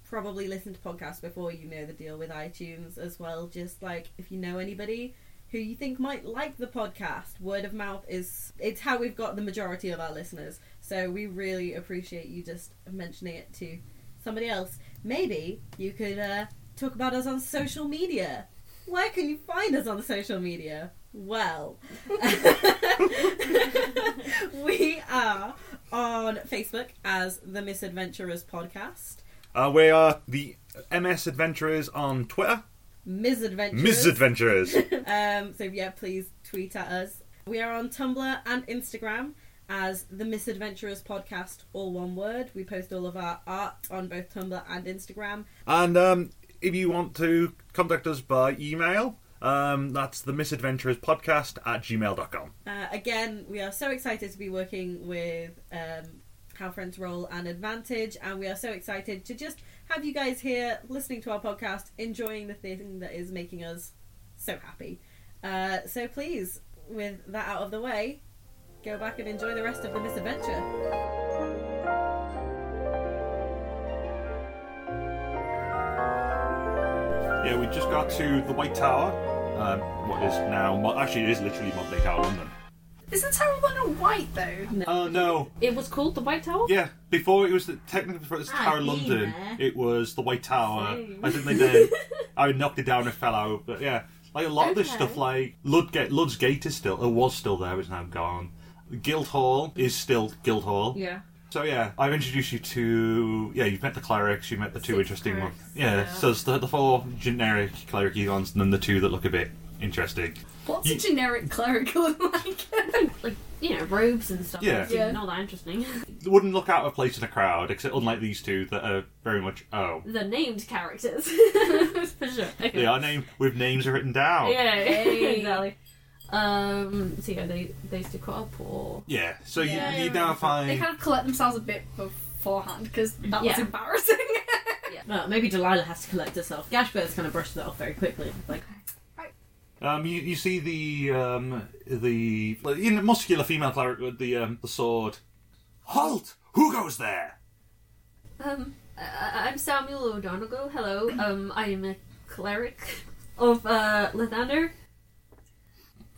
Speaker 3: probably listen to podcasts before you know the deal with iTunes as well. Just like if you know anybody who you think might like the podcast, word of mouth is it's how we've got the majority of our listeners. So we really appreciate you just mentioning it to somebody else. Maybe you could uh, talk about us on social media. Where can you find us on social media? Well, we are on Facebook as the Misadventurers Podcast.
Speaker 2: Uh, we are the MS Adventurers on Twitter.
Speaker 3: Misadventurers.
Speaker 2: Misadventurers.
Speaker 3: um, so yeah, please tweet at us. We are on Tumblr and Instagram as the Misadventurers Podcast, all one word. We post all of our art on both Tumblr and Instagram.
Speaker 2: and um, if you want to contact us by email, um, that's the Misadventurers Podcast at gmail.com.
Speaker 3: Uh, again, we are so excited to be working with um, How Friends Roll and Advantage, and we are so excited to just have you guys here listening to our podcast, enjoying the thing that is making us so happy. Uh, so please, with that out of the way, go back and enjoy the rest of the misadventure.
Speaker 2: Yeah, we just got to the White Tower. Um, what is now, Mo- actually, it is literally Monday Tower, London.
Speaker 5: Isn't Tower One all white though?
Speaker 2: Oh no!
Speaker 4: It was called the White Tower?
Speaker 2: Yeah, before it was the technically before it was the
Speaker 3: I've
Speaker 2: Tower of
Speaker 3: been
Speaker 2: London,
Speaker 3: there.
Speaker 2: it was the White Tower.
Speaker 4: Same.
Speaker 2: I think they did. I knocked it down and fell out, but yeah, like a lot of this
Speaker 4: Okay.
Speaker 2: stuff, like Ludgate, Lud's Gate is still, it was still there, it's now gone. Guildhall is still Guildhall.
Speaker 3: Yeah.
Speaker 2: So yeah, I've introduced you to yeah. You've met the clerics. You met the two
Speaker 4: Six
Speaker 2: interesting
Speaker 4: clerics,
Speaker 2: ones. Yeah,
Speaker 4: yeah.
Speaker 2: So it's the, the four generic cleric ones, and then the two that look a bit interesting.
Speaker 5: What's
Speaker 2: You-
Speaker 5: a generic cleric look like?
Speaker 4: Like, you know, robes and stuff.
Speaker 2: Yeah.
Speaker 5: Yeah.
Speaker 4: Not that interesting.
Speaker 2: They wouldn't look out of place in a crowd, except unlike these two that are very much oh.
Speaker 4: the named characters. For sure. Okay.
Speaker 2: They are named with names written down.
Speaker 4: Yeah,
Speaker 5: Hey.
Speaker 4: exactly. Um, so yeah, they, they used to cut up or.
Speaker 2: Yeah, So
Speaker 5: Yeah.
Speaker 2: you, you now
Speaker 5: they
Speaker 2: find
Speaker 5: kind of collect themselves a bit beforehand because that was
Speaker 4: Yeah.
Speaker 5: embarrassing.
Speaker 3: Well, maybe Delilah has to collect herself. Gashbird's kind of brushed that off very quickly. Like,
Speaker 2: um you, you see the um the like, you know, muscular female cleric with the um the sword. Halt! Who goes there?
Speaker 4: Um, I- I'm Samuel O'Donegal. Hello. Um, I am a cleric of uh, Lethander.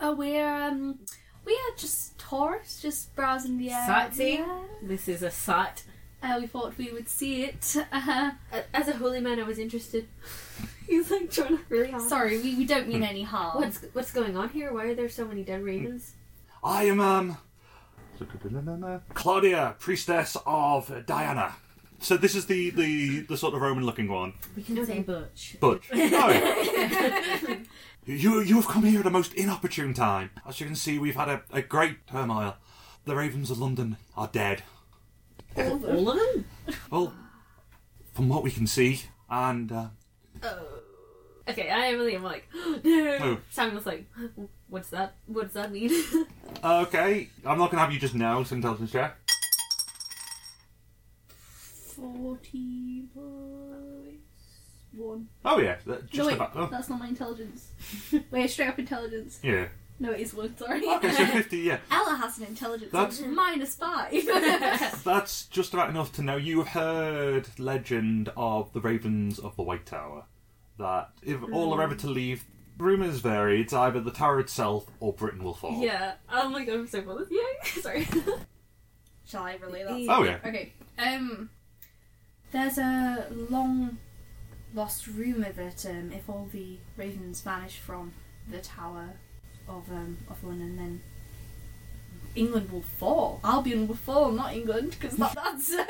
Speaker 5: oh, we're um, we are just tourists, just browsing the area.
Speaker 3: Sightseeing? this is a sight.
Speaker 5: Uh, we thought we would see it. Uh,
Speaker 4: A- As a holy man, I was interested. He's like trying to really hard.
Speaker 5: sorry, we, we don't
Speaker 2: Hmm.
Speaker 5: mean any harm.
Speaker 4: What's what's going on here? Why are there so many dead ravens?
Speaker 2: I am um Claudia, priestess of Diana. So this is the the, the sort of Roman looking one.
Speaker 3: We can say Butch.
Speaker 2: But no. you you have come here at a most inopportune time. As you can see, we've had a, a great turmoil. The ravens of London are dead.
Speaker 3: All of them?
Speaker 2: Well, from what we can see, and uh,
Speaker 4: Okay, I am really am like no.
Speaker 2: Oh.
Speaker 4: Samuel's like, what's that? What does that mean?
Speaker 2: okay, I'm not gonna have you just now. Some intelligence check.
Speaker 5: Forty plus one.
Speaker 2: Oh yeah, that-
Speaker 5: No,
Speaker 2: just
Speaker 5: wait,
Speaker 2: about. Oh,
Speaker 5: that's not my intelligence. wait, straight up intelligence.
Speaker 2: yeah.
Speaker 5: No, it is one. Sorry.
Speaker 2: Okay, so fifty. Yeah,
Speaker 5: Ella has an intelligence
Speaker 2: That's-
Speaker 5: of minus five.
Speaker 2: that's just about enough to know. You have heard legend of the ravens of the White Tower. That if all are ever to leave, rumors vary. It's either the tower itself or Britain will fall.
Speaker 4: yeah. Oh my god, I'm so full of yeah. Sorry.
Speaker 5: Shall I relay that?
Speaker 2: Oh yeah.
Speaker 5: Okay. Um, there's a long lost rumor that um, if all the ravens vanish from the Tower of um, of London, then England will fall. Albion will fall, not England, because that, that's.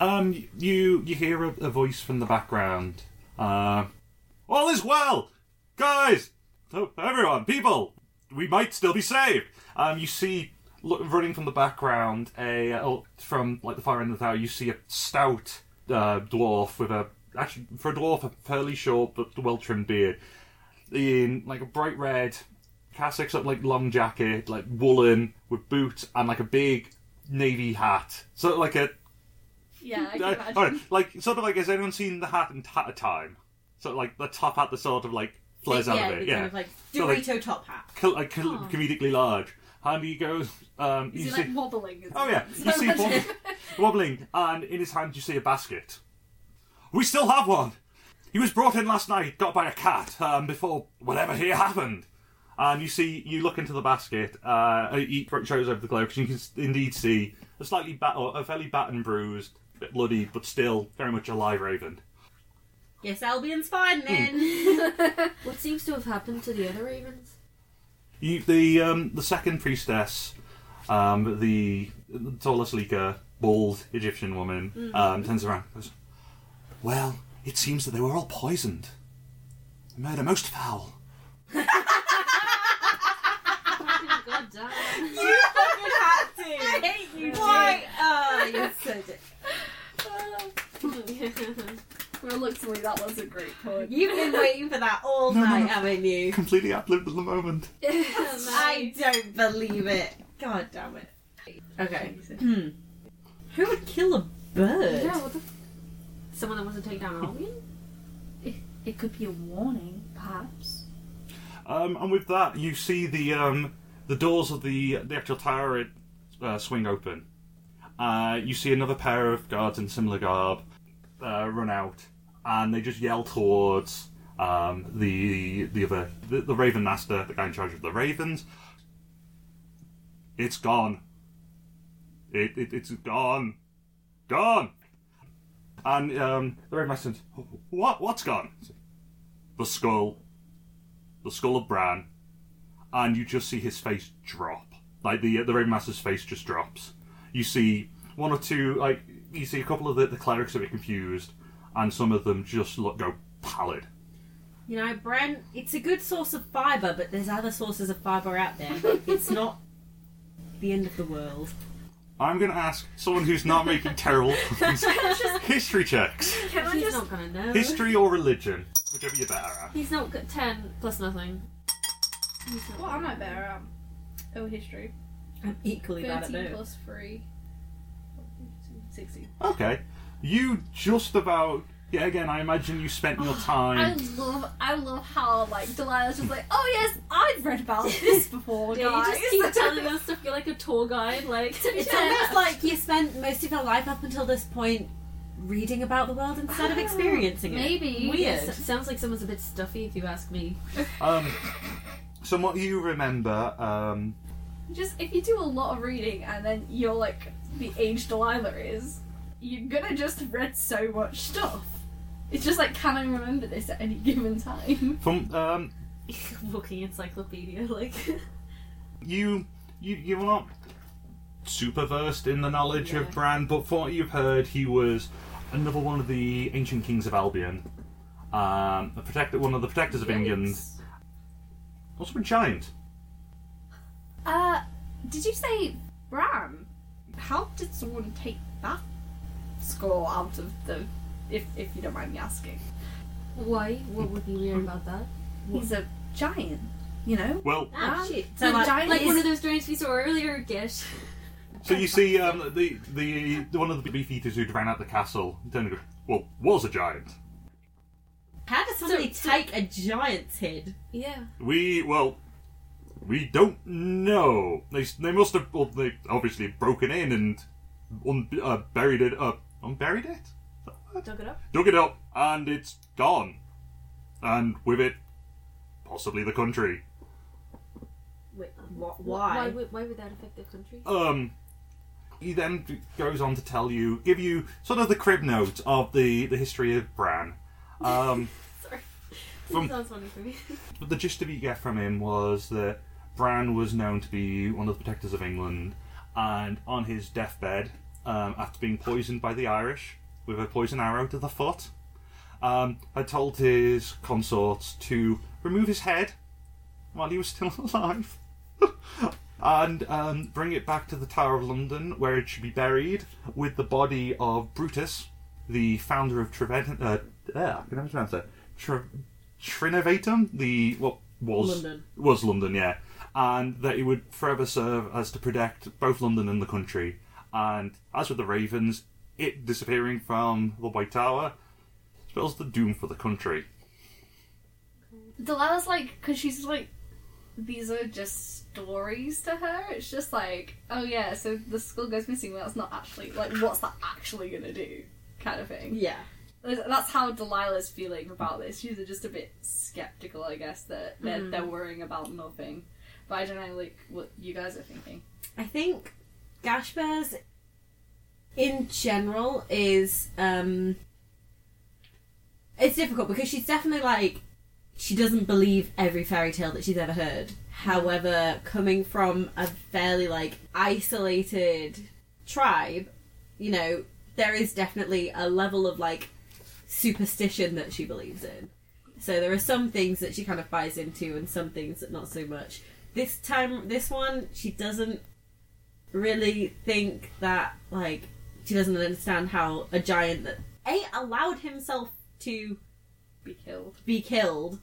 Speaker 2: Um, you you hear a, a voice from the background. Uh, all is well, guys. Oh, everyone, people, we might still be saved. Um, you see, look, running from the background, a oh, from like the far end of the tower. You see a stout uh, dwarf with a actually for a dwarf a fairly short but well trimmed beard, in like a bright red cassock, sort of like long jacket, like woolen with boots and like a big navy hat, sort of like a
Speaker 5: yeah, I can
Speaker 2: uh,
Speaker 5: imagine.
Speaker 2: alright, like sort of like has anyone seen the hat and hat time? So like the top hat, the sort of like flares
Speaker 3: yeah,
Speaker 2: out of
Speaker 3: the
Speaker 2: it, yeah,
Speaker 3: Kind of like
Speaker 2: So, like-
Speaker 3: Dorito top hat.
Speaker 2: Co- like co- comedically large. And he goes, um,
Speaker 5: Is
Speaker 2: you
Speaker 5: he
Speaker 2: see,
Speaker 5: like wobbling? Is
Speaker 2: oh
Speaker 5: it?
Speaker 2: yeah, you see wob- wobbling, and in his hand you see a basket. We still have one. He was brought in last night, got by a cat um, before whatever here happened. And you see, you look into the basket. Uh, and he shows over the cloak, and you can s- indeed see a slightly bat- or a fairly battened, bruised, bit bloody, but still very much alive raven.
Speaker 3: Yes, Albion's fine
Speaker 2: Hmm.
Speaker 3: then.
Speaker 4: what seems to have happened to the other ravens?
Speaker 2: You, the um, the second priestess, um, the the tallest leaker, bald Egyptian woman, um, turns around. and Goes, well, it seems that they were all poisoned. Murder most foul.
Speaker 4: god damn.
Speaker 3: You fucking had to. I hate you. Why? Oh, you're so dick.
Speaker 5: Reluctantly, that was a great point.
Speaker 3: You've been waiting for that all
Speaker 2: No, no,
Speaker 3: night,
Speaker 2: no.
Speaker 3: haven't you?
Speaker 2: Completely outlived the moment.
Speaker 3: I don't believe it. God damn it. Okay. Hmm. Who would kill a bird?
Speaker 4: Yeah, what the f- Someone that wants to take down Albion?
Speaker 5: It could be a warning, perhaps.
Speaker 2: Um, and with that, you see the um, the doors of the the actual tower uh, swing open. Uh, you see another pair of guards in similar garb uh, run out, and they just yell towards um, the the other the, the Raven Master, the guy in charge of the Ravens. It's gone. It, it it's gone, gone. And um, the Raven Master, says, what what's gone? The skull, the skull of Bran, and you just see his face drop. Like the the Raven Master's face just drops. You see one or two, like you see a couple of the, the clerics a bit confused, and some of them just look go pallid.
Speaker 3: You know, Bran, it's a good source of fibre, but there's other sources of fibre out there. it's not the end of the world.
Speaker 2: I'm going to ask someone who's not making terrible puns, history checks.
Speaker 4: Can
Speaker 3: I
Speaker 4: He's
Speaker 3: just-
Speaker 4: not gonna know.
Speaker 2: History or religion, whichever you're better at.
Speaker 4: He's not good. Ten plus nothing. He's not
Speaker 5: What am I better at? Oh, history.
Speaker 3: I'm equally bad at
Speaker 5: 13
Speaker 3: both.
Speaker 5: plus 3. 16.
Speaker 2: Okay, you just about. Yeah, again, I imagine you spent your
Speaker 5: I
Speaker 2: time.
Speaker 5: love, I love how like Delilah's just like, oh yes, I've read about this before,
Speaker 4: Yeah, you
Speaker 5: guys.
Speaker 4: just keep telling us stuff. You're like a tour guide. Like
Speaker 3: It's almost like you spent most of your life up until this point reading about the world instead of experiencing it.
Speaker 4: maybe
Speaker 3: Weird.
Speaker 4: It s- sounds like someone's a bit stuffy if you ask me.
Speaker 2: Um, from what you remember, um,
Speaker 5: Just if you do a lot of reading and then you're like the age Delilah is, you're gonna just have read so much stuff. It's just like, can I remember this at any given time?
Speaker 2: from um,
Speaker 4: Walking encyclopedia. Like
Speaker 2: you you you're not super versed in the knowledge
Speaker 4: Yeah.
Speaker 2: of Bran, but from what you've heard, he was another one of the ancient kings of Albion, um, a protector, one of the protectors of England,
Speaker 4: Yikes.
Speaker 2: also a giant.
Speaker 5: Uh, did you say Bram? How did someone take that score out of the? If if you don't mind me asking,
Speaker 4: Why? What would be weird about that?
Speaker 5: he's a giant. You know,
Speaker 2: Well,
Speaker 3: Ah,
Speaker 5: Um,
Speaker 3: shit.
Speaker 5: the
Speaker 3: So, like,
Speaker 5: giant-
Speaker 4: Like
Speaker 5: Yes.
Speaker 4: one of those giants we saw earlier, Gish.
Speaker 2: so you see, um, the the the one of the beef eaters who ran out the castle, turned and go, well, was a giant.
Speaker 3: how does somebody
Speaker 4: So- so-
Speaker 3: take a giant's head?
Speaker 4: Yeah.
Speaker 2: We well, we don't know. They they must have well, they obviously broken in and un, uh, buried it up, unburied it,
Speaker 4: Dug it up.
Speaker 2: dug it up, and it's gone. And with it, possibly the country.
Speaker 3: Wait, what,
Speaker 4: um, Why
Speaker 3: why?
Speaker 4: would, why would that affect the country?
Speaker 2: Um, he then goes on to tell you, give you sort of the crib note of the the history of Bran. Um,
Speaker 4: Sorry.
Speaker 2: From-
Speaker 4: Sounds funny for me.
Speaker 2: But the gist of it you get from him was that Bran was known to be one of the protectors of England, and on his deathbed, um, after being poisoned by the Irish with a poison arrow to the foot, um, had told his consorts to remove his head while he was still alive and um, bring it back to the Tower of London where it should be buried with the body of Brutus, the founder of Treven- uh, uh, I can never pronounce that. Tre- Trinovatum, the what was
Speaker 3: London.
Speaker 2: was London, yeah, and that it would forever serve as to protect both London and the country. And as with the Ravens, it disappearing from the White Tower spells the doom for the country.
Speaker 5: Delilah's like, because she's like, these are just stories to her. It's just like, oh yeah, so the school goes missing. Well, that's not actually like, what's that actually gonna do? Kind of thing.
Speaker 3: Yeah.
Speaker 5: That's how Delilah's feeling about this. She's just a bit skeptical, I guess, that they're, they're worrying about nothing. But I don't know, like, what you guys are thinking.
Speaker 3: I think Gash Bears in general is um it's difficult because she's definitely like she doesn't believe every fairy tale that she's ever heard. However, coming from a fairly like isolated tribe, you know, there is definitely a level of like superstition that she believes in. So there are some things that she kind of buys into and some things that not so much. This time this one she doesn't really think that like she doesn't understand how a giant that a allowed himself to
Speaker 5: Be killed.
Speaker 3: be killed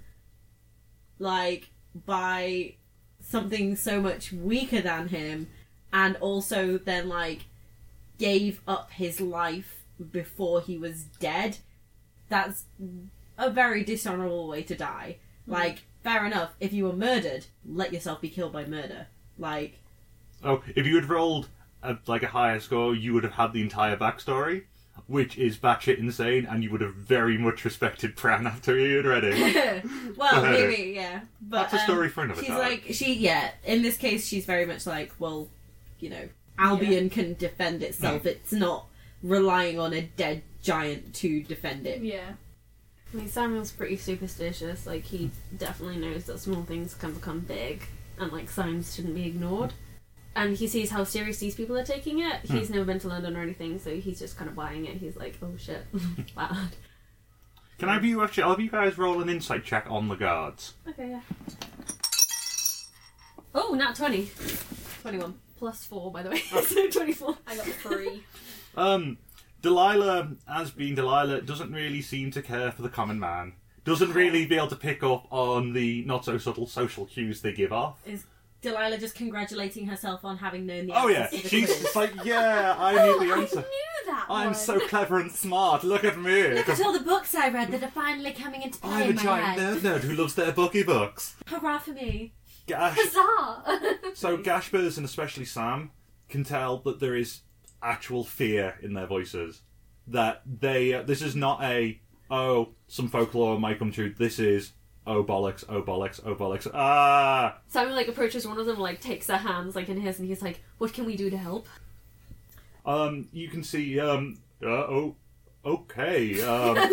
Speaker 3: like by something so much weaker than him and also then like gave up his life before he was dead that's a very dishonorable way to die
Speaker 5: Mm.
Speaker 3: like fair enough if you were murdered let yourself be killed by murder like
Speaker 2: Oh, if you had rolled a, like a higher score, you would have had the entire backstory. which is batshit insane, and you would have very much respected Pran after you had read it.
Speaker 3: well, maybe, yeah. But
Speaker 2: That's a
Speaker 3: um,
Speaker 2: story for another
Speaker 3: she's
Speaker 2: time.
Speaker 3: like she yeah. In this case, she's very much like well, you know, Albion can defend itself.
Speaker 2: Hmm.
Speaker 3: It's not relying on a dead giant to defend it.
Speaker 5: Yeah.
Speaker 4: I mean, Samuel's pretty superstitious. Like, he definitely knows that small things can become big, and like signs shouldn't be ignored. And he sees how serious these people are taking it. He's never been to London or anything, so he's just kind of buying it. He's like, "Oh shit, bad."
Speaker 2: Can I be you actually? I'll have you guys roll an insight check on the guards.
Speaker 4: Okay, yeah. Oh, not twenty.
Speaker 3: Twenty-one.
Speaker 4: Plus four, by the way. so twenty-four.
Speaker 5: I got three.
Speaker 2: Um, Delilah, as being Delilah, doesn't really seem to care for the common man. Doesn't really be able to pick up on the not so subtle social cues they give off.
Speaker 3: Delilah just congratulating herself on having known the.
Speaker 2: Oh yeah,
Speaker 3: answers to the
Speaker 2: she's
Speaker 3: quiz.
Speaker 2: just like, yeah, I knew the
Speaker 5: I
Speaker 2: answer.
Speaker 5: knew that
Speaker 2: I'm
Speaker 5: one.
Speaker 2: so clever and smart. Look at me.
Speaker 3: Look at all the books I read that are finally coming into play
Speaker 2: I'm a
Speaker 3: in my
Speaker 2: giant
Speaker 3: head.
Speaker 2: nerd nerd who loves their bookie books.
Speaker 3: Hurrah for me!
Speaker 2: Gash,
Speaker 5: Bizarre.
Speaker 2: so Gashbers and especially Sam can tell that there is actual fear in their voices. That they uh, this is not a oh some folklore might come true. This is oh bollocks, oh bollocks, oh bollocks. Ah,
Speaker 4: Simon like approaches one of them, like takes their hands like in his, and he's like, "What can we do to help?"
Speaker 2: um, you can see um, uh, oh, okay, um,
Speaker 4: No,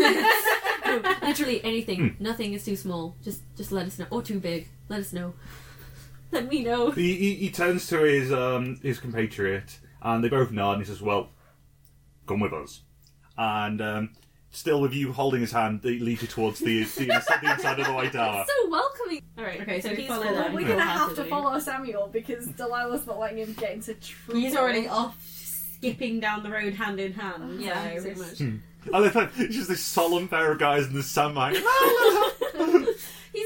Speaker 4: Oh, literally anything. Nothing is too small. Just just let us know, or too big. Let us know. let me know.
Speaker 2: he, he, he turns to his um, his compatriot, and they both nod. And he says, "Well, come with us." And um, still with you holding his hand, they lead you towards the the, the inside of the White Tower.
Speaker 4: So welcoming. All right.
Speaker 3: Okay, so we
Speaker 4: he's
Speaker 3: follow
Speaker 4: following
Speaker 3: them.
Speaker 5: We're gonna have to
Speaker 4: wholeheartedly.
Speaker 5: follow Samuel because Delilah's not letting him get into trouble.
Speaker 3: He's already off, skipping down the road hand in hand.
Speaker 4: Yeah,
Speaker 3: so-
Speaker 4: pretty much.
Speaker 2: And then it's just this solemn pair of guys in the semi.
Speaker 4: He's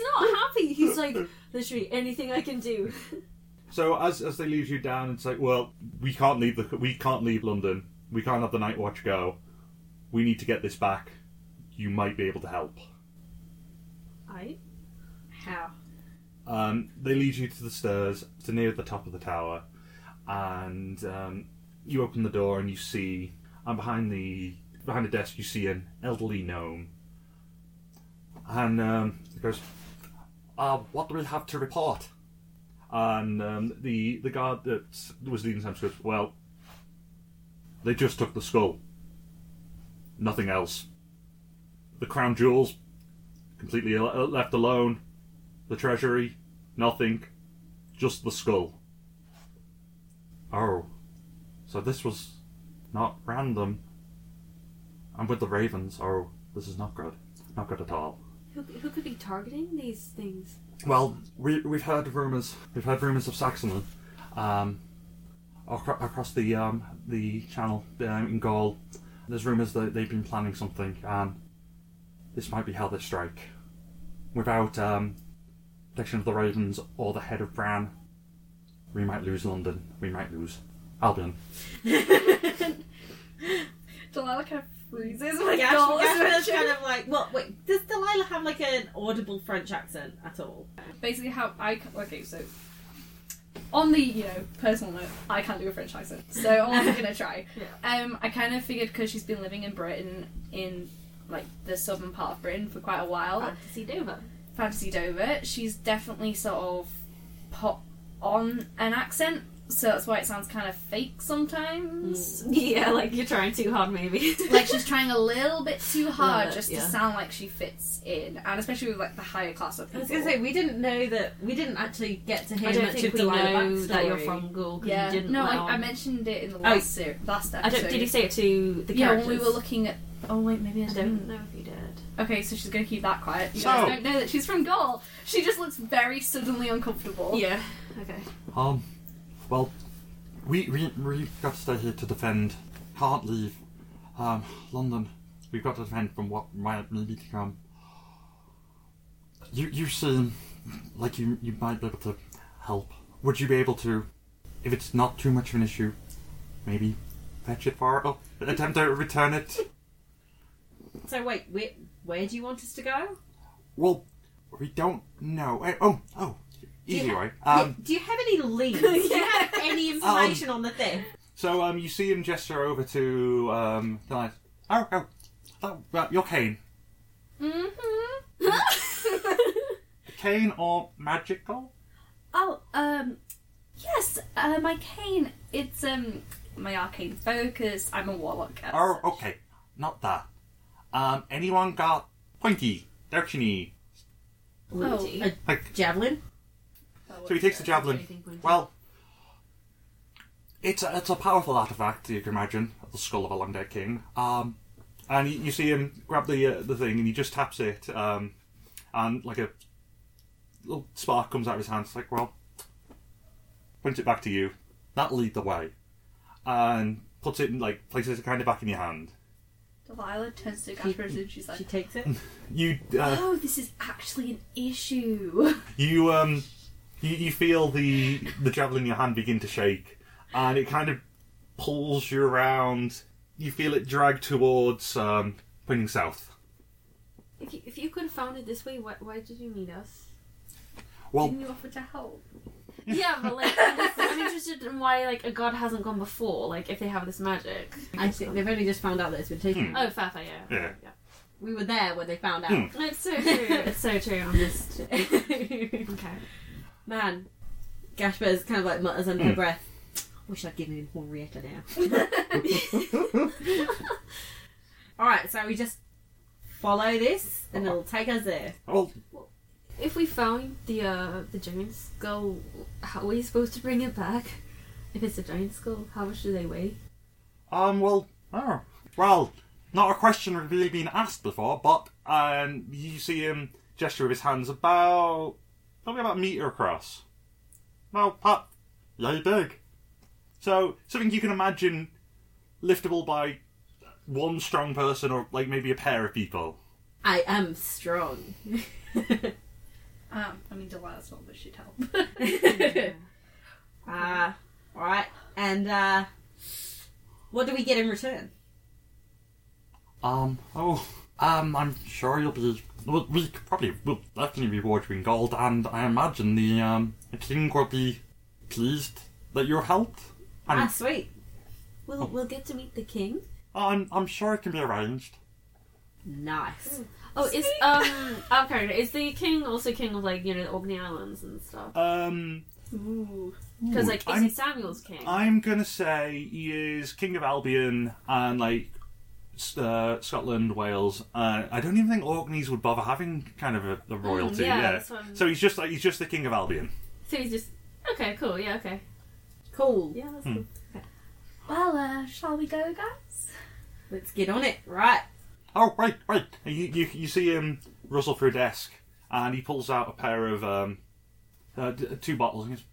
Speaker 4: not happy. He's like, literally anything I can do.
Speaker 2: so as as they lead you down, it's like, well, we can't leave the we can't leave London. We can't have the night watch go. We need to get this back. You might be able to help.
Speaker 4: I.
Speaker 3: How?
Speaker 2: Um, they lead you to the stairs to near the top of the tower, and um, you open the door and you see, and behind the behind the desk you see an elderly gnome, and um, he goes, uh, "What do we have to report?" And um, the the guard that was leading Sam goes, "Well, they just took the skull. Nothing else. The crown jewels, completely le- left alone." The treasury, nothing, just the skull. Oh, so this was not random. I'm with the Ravens. Oh, this is not good. Not good at all.
Speaker 4: Who, who could be targeting these things?
Speaker 2: Well, we, we've heard rumors. We've heard rumors of Saxony, um, acro- across the um, the channel um, in Gaul. There's rumors that they've been planning something, and this might be how they strike. Without um, protection of the Ravens or the head of Bran, we might lose London. We might lose Albion.
Speaker 5: Delilah kind of freezes when
Speaker 3: Gash,
Speaker 5: Dol is
Speaker 3: Gash was
Speaker 5: mentioned.
Speaker 3: kind of like, well, wait, does Delilah have like an audible French accent at all?
Speaker 5: Basically, how I ca- okay, so on the you know personal note, I can't do a French accent, so I'm gonna try.
Speaker 4: Yeah.
Speaker 5: Um, I kind of figured because she's been living in Britain in like the southern part of Britain for quite a while,
Speaker 3: Ah.
Speaker 4: Fantasy Dover.
Speaker 5: Fantasy Dover, she's definitely sort of put on an accent, so that's why it sounds kind of fake
Speaker 3: Mm.
Speaker 5: sometimes.
Speaker 4: Yeah, like you're trying too hard, maybe.
Speaker 5: like she's trying a little bit too hard
Speaker 4: bit,
Speaker 5: just
Speaker 4: yeah.
Speaker 5: to sound like she fits in, and especially with like the higher class of
Speaker 3: I
Speaker 5: people.
Speaker 3: was gonna say we didn't know that we didn't actually get to hear
Speaker 4: I don't
Speaker 3: much
Speaker 4: think
Speaker 3: of
Speaker 4: we
Speaker 3: Delilah
Speaker 4: know
Speaker 3: backstory.
Speaker 4: that you're from Gaul. 'cause
Speaker 5: yeah,
Speaker 4: You didn't
Speaker 5: no,
Speaker 4: let
Speaker 5: I,
Speaker 4: on-
Speaker 5: I mentioned it in the last ser- last
Speaker 4: I
Speaker 5: episode.
Speaker 4: don't. Did you say it to the
Speaker 5: yeah,
Speaker 4: characters?
Speaker 5: when we were looking at. Oh wait, maybe I
Speaker 4: I
Speaker 5: didn't.
Speaker 4: don't know if you did.
Speaker 5: Okay, so she's gonna keep that quiet. You
Speaker 2: So-
Speaker 5: guys don't know that she's from Gaul. She just looks very suddenly uncomfortable.
Speaker 4: Yeah. Okay.
Speaker 2: Um, well, we we we've got to stay here to defend. Can't leave. Um, London. We've got to defend from what might maybe to come. You you seem like you you might be able to help. Would you be able to, if it's not too much of an issue, maybe fetch it for or attempt to return it?
Speaker 3: So wait, where, where do you want us to go?
Speaker 2: Well, we don't know. Eh, Oh oh, easy
Speaker 3: Yeah.
Speaker 2: way. Um,
Speaker 3: do you have any leads? Do you have any information on the thing?
Speaker 2: So um, you see him gesture over to um, Delilah. Oh, oh, oh right, your cane. Cane or magical?
Speaker 5: Oh, um, yes, uh, my cane. It's um, my arcane focus. I'm a warlock. as
Speaker 2: Oh,
Speaker 5: such.
Speaker 2: okay, not that. Um, anyone got pointy, directiony?
Speaker 5: Oh.
Speaker 3: A
Speaker 2: Like,
Speaker 3: javelin?
Speaker 2: so he takes the javelin. Well, it's a, it's a powerful artifact, you can imagine, the skull of a long dead king. Um, and you, you see him grab the uh, the thing, and he just taps it, um, and like a little spark comes out of his hand. It's like, well, points it back to you. That'll lead the way, and puts it in, like places it kind of back in your hand.
Speaker 5: Delilah turns to
Speaker 3: She,
Speaker 5: Gasper and she's like,
Speaker 3: she takes it.
Speaker 2: You uh,
Speaker 5: "Oh, this is actually an issue."
Speaker 2: you um you, you feel the the javelin in your hand begin to shake and it kind of pulls you around you feel it drag towards um pointing south
Speaker 4: If you, if you could have found it this way, why, why did you need us?
Speaker 2: well Oh.
Speaker 5: Didn't you offer to help?
Speaker 4: Yeah, but like, I'm interested in why like a god hasn't gone before. Like, if they have this magic,
Speaker 3: I think they've only just found out that it's been taken.
Speaker 4: Oh, fair, fair, yeah.
Speaker 2: Yeah.
Speaker 3: We were there when they found out.
Speaker 2: Hmm.
Speaker 4: No, It's so true. it's so true. I'm just okay.
Speaker 3: Man, Gashber's kind of like mutters under her
Speaker 2: Hmm.
Speaker 3: breath. Wish I'd given him Henrietta now. Alright, so we just follow this and
Speaker 2: Oh.
Speaker 3: it'll take us there.
Speaker 2: well
Speaker 4: If we found the uh the giant skull, how are we supposed to bring it back? If it's a giant skull, how much do they weigh?
Speaker 2: um well oh, well not a question really been asked before but um you see him gesture with his hands about probably about a meter across well pop yay big so something you can imagine liftable by one strong person or like maybe a pair of people
Speaker 3: I am strong.
Speaker 5: Um, I mean, Delilah's not much she'd help.
Speaker 3: Ah, alright. And uh what do we get in return?
Speaker 2: Um, oh, um, I'm sure you'll be. Well, we could probably will definitely reward you in gold, and I imagine the um the king will be pleased that you helped. And
Speaker 3: Ah, sweet.
Speaker 2: Oh.
Speaker 4: We'll we'll get to meet the king.
Speaker 2: I'm I'm sure it can be arranged.
Speaker 3: Nice.
Speaker 4: Oh, is um our character is the king also king of like you know the Orkney Islands and stuff?
Speaker 2: Um,
Speaker 5: Ooh.
Speaker 4: Because like is
Speaker 2: I'm
Speaker 4: he Samuel's king?
Speaker 2: I'm gonna say he is king of Albion and like S- uh, Scotland, Wales. Uh, I don't even think Orkneys would bother having kind of a, a royalty.
Speaker 4: Mm, yeah,
Speaker 2: yeah.
Speaker 4: that's what I'm-
Speaker 2: So he's just like he's just the king of Albion.
Speaker 4: so he's just okay, cool, yeah, okay,
Speaker 3: Cool.
Speaker 4: yeah, that's
Speaker 2: Hmm.
Speaker 4: cool.
Speaker 5: Well, uh, shall we go, guys?
Speaker 3: Let's get on it. Right.
Speaker 2: Oh, right, right. And You, you, you see him rustle through a desk, and he pulls out a pair of um, uh, d- two bottles. And he goes,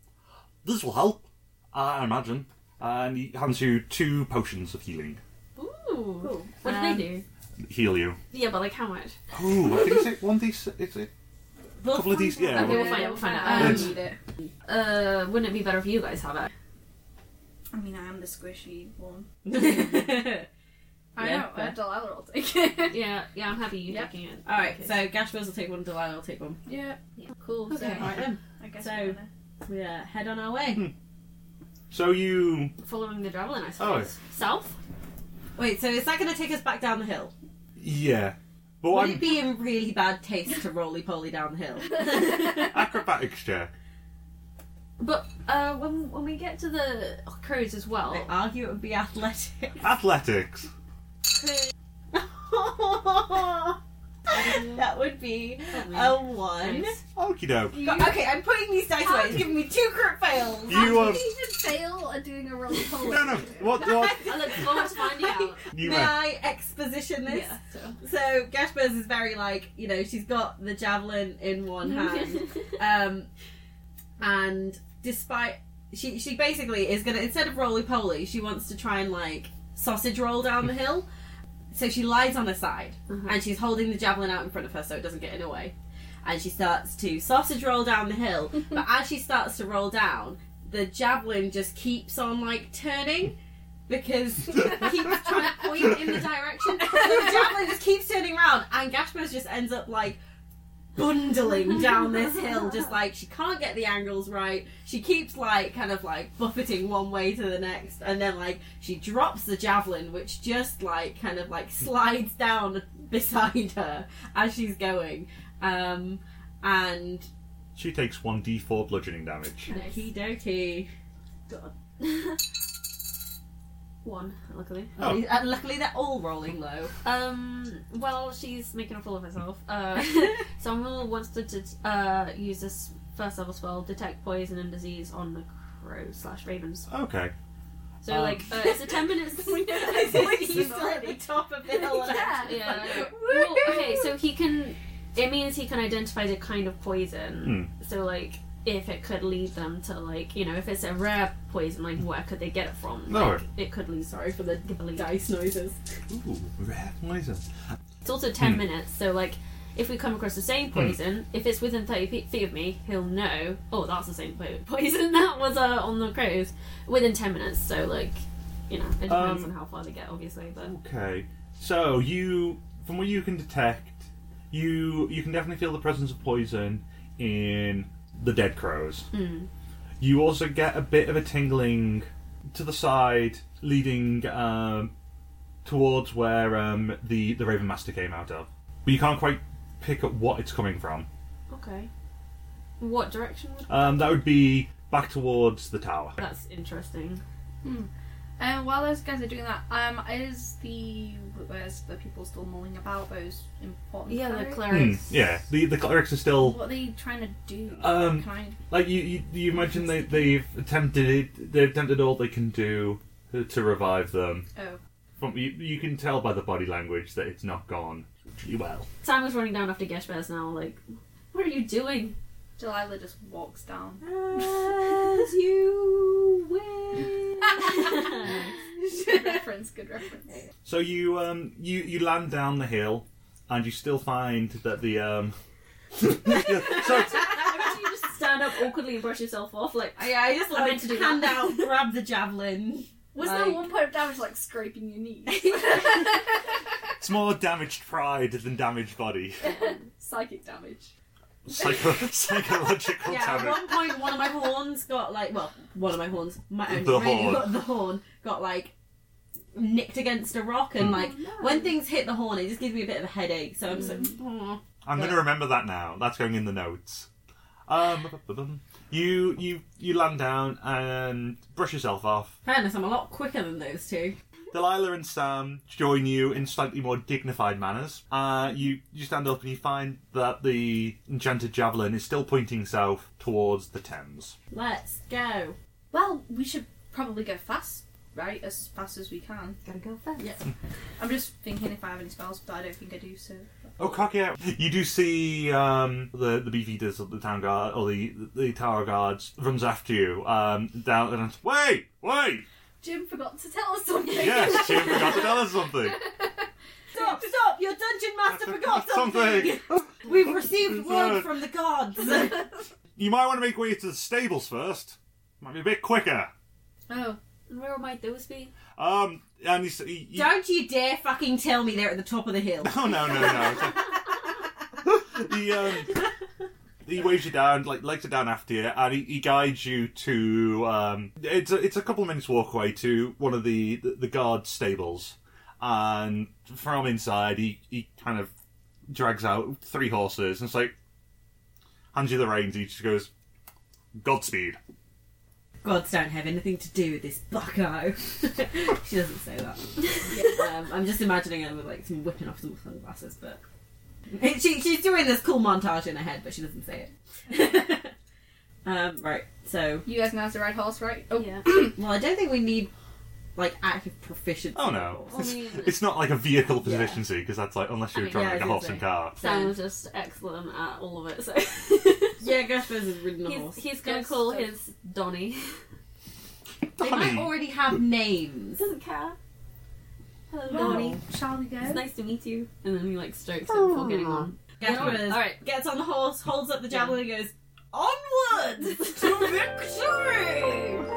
Speaker 2: "This will help, I imagine." And he hands you two potions of healing.
Speaker 4: Ooh, what do
Speaker 3: Um,
Speaker 4: they do?
Speaker 2: Heal you.
Speaker 4: Yeah, but like how much?
Speaker 2: Oh, I think it's one d It's a
Speaker 3: We'll
Speaker 2: couple of
Speaker 3: find
Speaker 2: these. Yeah.
Speaker 4: Okay,
Speaker 2: well,
Speaker 4: we'll find out. We'll find
Speaker 5: Um, I
Speaker 4: out.
Speaker 2: It's-
Speaker 5: need it.
Speaker 4: Uh, wouldn't it be better if you guys have it?
Speaker 5: I mean, I am the squishy one.
Speaker 3: All
Speaker 5: I
Speaker 3: Yeah,
Speaker 5: know.
Speaker 3: fair.
Speaker 5: Uh, Delilah will take it.
Speaker 4: Yeah, yeah, I'm happy you
Speaker 5: Yep.
Speaker 4: taking it.
Speaker 3: right,
Speaker 4: Okay.
Speaker 3: so Gashbills will take one, Delilah will take one.
Speaker 5: yeah.
Speaker 4: cool.
Speaker 5: Okay.
Speaker 3: All right then,
Speaker 5: I guess.
Speaker 3: So-
Speaker 5: we're gonna...
Speaker 3: we uh, head on our way.
Speaker 2: So you.
Speaker 4: following the javelin, I suppose. South?
Speaker 3: Wait, so is that going to take us back down the hill?
Speaker 2: Yeah. But
Speaker 3: Would
Speaker 2: I'm
Speaker 3: it be in really bad taste to roly poly down the hill?
Speaker 2: acrobatics check.
Speaker 4: But uh, when when we get to the cruise as well,
Speaker 3: I argue it would be athletic.
Speaker 2: Athletics.
Speaker 3: that would be a one.
Speaker 4: Nice.
Speaker 2: Okie doke.
Speaker 5: You,
Speaker 3: God, okay, I'm putting these dice away. It's giving me two crit fails.
Speaker 2: You
Speaker 5: How
Speaker 2: um.
Speaker 5: did you even fail at doing a roll call?
Speaker 2: No, no. What? What?
Speaker 4: I look forward to finding out.
Speaker 2: You
Speaker 3: May
Speaker 2: went.
Speaker 3: I exposition this?
Speaker 4: Yeah, so.
Speaker 3: So Gashbers is very like, you know, she's got the javelin in one hand. um, and despite she she basically is gonna instead of roly poly, she wants to try and like sausage roll down the hill. So she lies on her side
Speaker 4: Mhm.
Speaker 3: and she's holding the javelin out in front of her so it doesn't get in her way. And she starts to sausage roll down the hill, but as she starts to roll down, the javelin just keeps on like turning because it keeps trying to point in the direction. So the javelin just keeps turning around, and Gashmas just ends up like bundling down this hill, just like she can't get the angles right. She keeps like kind of like buffeting one way to the next, and then like she drops the javelin, which just like kind of like slides down beside her as she's going. Um, and
Speaker 2: She takes 1d4 bludgeoning damage.
Speaker 4: Nice.
Speaker 3: okie dokie. God.
Speaker 4: One.
Speaker 3: Luckily,
Speaker 2: Oh.
Speaker 3: Uh, luckily they're all rolling low.
Speaker 4: Um. Well, she's making a fool of herself. Uh, someone wants to det- uh use this first level spell, detect poison and disease on the crows slash ravens.
Speaker 2: Okay.
Speaker 4: So
Speaker 2: Um.
Speaker 4: like, uh, it's a ten minute.
Speaker 3: we know that he's still at the top of the hill. and
Speaker 5: Yeah.
Speaker 4: yeah. Well, okay, so he can. It means he can identify the kind of poison.
Speaker 2: Hmm.
Speaker 4: So like, if it could lead them to like, you know, if it's a rare poison, like where could they get it from?
Speaker 2: No.
Speaker 4: Like, it could lead.
Speaker 3: Sorry for the dice noises.
Speaker 2: Ooh, rare poison.
Speaker 4: It's also ten
Speaker 2: Hmm.
Speaker 4: minutes. So like, if we come across the same poison, if it's within thirty pe- feet of me, he'll know. Oh, that's the same po- poison that was uh, on the crows within ten minutes. So like, you know, it depends
Speaker 2: Um,
Speaker 4: on how far they get, obviously. But
Speaker 2: Okay. So you, from what you can detect, you you can definitely feel the presence of poison in the dead crows.
Speaker 4: Hmm.
Speaker 2: You also get a bit of a tingling to the side, leading um, towards where um, the the Raven Master came out of, but you can't quite pick up what it's coming from.
Speaker 4: okay, what direction? would
Speaker 2: Um, that would be back towards the tower.
Speaker 4: That's interesting.
Speaker 5: And um, while those guys are doing that, um, is the where's the people still mulling about those important?
Speaker 4: Yeah, the
Speaker 5: clerics?
Speaker 2: Hmm,
Speaker 4: clerics.
Speaker 2: yeah, the the clerics are still
Speaker 5: What are they trying to do?
Speaker 2: Um,
Speaker 5: kind.
Speaker 2: Like you, you, you imagine they, they've attempted it. They've attempted all they can do to revive them.
Speaker 5: Oh.
Speaker 2: From you, you can tell by the body language that it's not gone particularly well.
Speaker 4: Sam is running down after Geshbears now, like, what are you doing?
Speaker 5: Delilah just walks down.
Speaker 3: As you win.
Speaker 5: good reference. Good reference.
Speaker 2: So you, um, you, you land down the hill, and you still find that the um. so
Speaker 4: Why don't you just stand up awkwardly and brush yourself off? Like,
Speaker 3: I, I just
Speaker 4: I
Speaker 3: like
Speaker 4: meant to do
Speaker 3: hand
Speaker 4: that.
Speaker 3: out, grab the javelin.
Speaker 5: Was
Speaker 3: Like-
Speaker 5: there one point of damage like scraping your knees?
Speaker 2: it's more damaged pride than damaged body.
Speaker 5: Psychic damage.
Speaker 2: Psycho- psychological
Speaker 3: Yeah, at
Speaker 2: damage.
Speaker 3: one point, one of my horns got like, well, one of my horns, my own
Speaker 2: The
Speaker 3: radio,
Speaker 2: horn.
Speaker 3: got the horn got like nicked against a rock,
Speaker 2: Mm.
Speaker 3: and like when things hit the horn, it just gives me a bit of a headache. So I'm just like, "Mm."
Speaker 2: I'm going to remember that now. That's going in the notes. Um, you you you land down and brush yourself off.
Speaker 3: fairness, I'm a lot quicker than those two.
Speaker 2: Delilah and Sam join you in slightly more dignified manners. Uh, you you stand up and you find that the enchanted javelin is still pointing south towards the Thames.
Speaker 3: Let's go.
Speaker 5: Well, we should probably go fast, right? As fast as we can.
Speaker 4: gotta go first.
Speaker 3: Yeah.
Speaker 5: I'm just thinking if I have any spells, but I don't think I do. So.
Speaker 2: Oh, cock yeah! You do see um, the the beef eaters of the town guard or the the tower guards runs after you um, down and wait wait
Speaker 5: Jim forgot to tell us something.
Speaker 2: yes she forgot to tell us something.
Speaker 3: Stop! Stop! Your dungeon master forgot something. We've received word from the gods.
Speaker 2: You might want to make way to the stables first. Might be a bit quicker.
Speaker 5: Oh,
Speaker 4: And where might those be?
Speaker 2: Um, and you, s- you, you
Speaker 3: Don't you dare fucking tell me they're at the top of the hill.
Speaker 2: Oh no no no! he um, he weighs you down, like legs it down after you, and he, he guides you to um, it's a, it's a couple of minutes walk away to one of the the, the guard stables, and from inside he he kind of drags out three horses and it's like hands you the reins. He just goes, Godspeed.
Speaker 3: Gods don't have anything to do with this bucko. she doesn't say that. um, I'm just imagining her with like some whipping off some sunglasses, but she, she's doing this cool montage in her head, but she doesn't say it. um, right. So,
Speaker 5: you guys know how to ride horse, right? Oh,
Speaker 4: Yeah.
Speaker 3: well, I don't think we need like active proficiency.
Speaker 2: Oh no,
Speaker 3: for
Speaker 4: I
Speaker 2: it's,
Speaker 4: mean-
Speaker 2: it's not like a vehicle proficiency because that's like unless you're
Speaker 4: I mean,
Speaker 2: driving like a
Speaker 3: yeah, I was
Speaker 2: horse
Speaker 3: gonna
Speaker 2: and car.
Speaker 4: Sam was just excellent at all of it, so.
Speaker 3: this. Yeah, Gaspers is ridden a
Speaker 4: he's,
Speaker 3: horse.
Speaker 4: he's gonna
Speaker 5: Yes,
Speaker 4: call
Speaker 5: so-
Speaker 4: his Donny.
Speaker 3: They might
Speaker 2: Donnie.
Speaker 3: already have names.
Speaker 4: doesn't care. Hello,
Speaker 5: Well,
Speaker 4: Donny.
Speaker 5: shall we
Speaker 4: It's
Speaker 5: go?
Speaker 4: nice to meet you. And then he, like, strokes him for getting on.
Speaker 3: Gaspers
Speaker 4: All right.
Speaker 3: gets on the horse, holds up the javelin, and goes onwards to victory.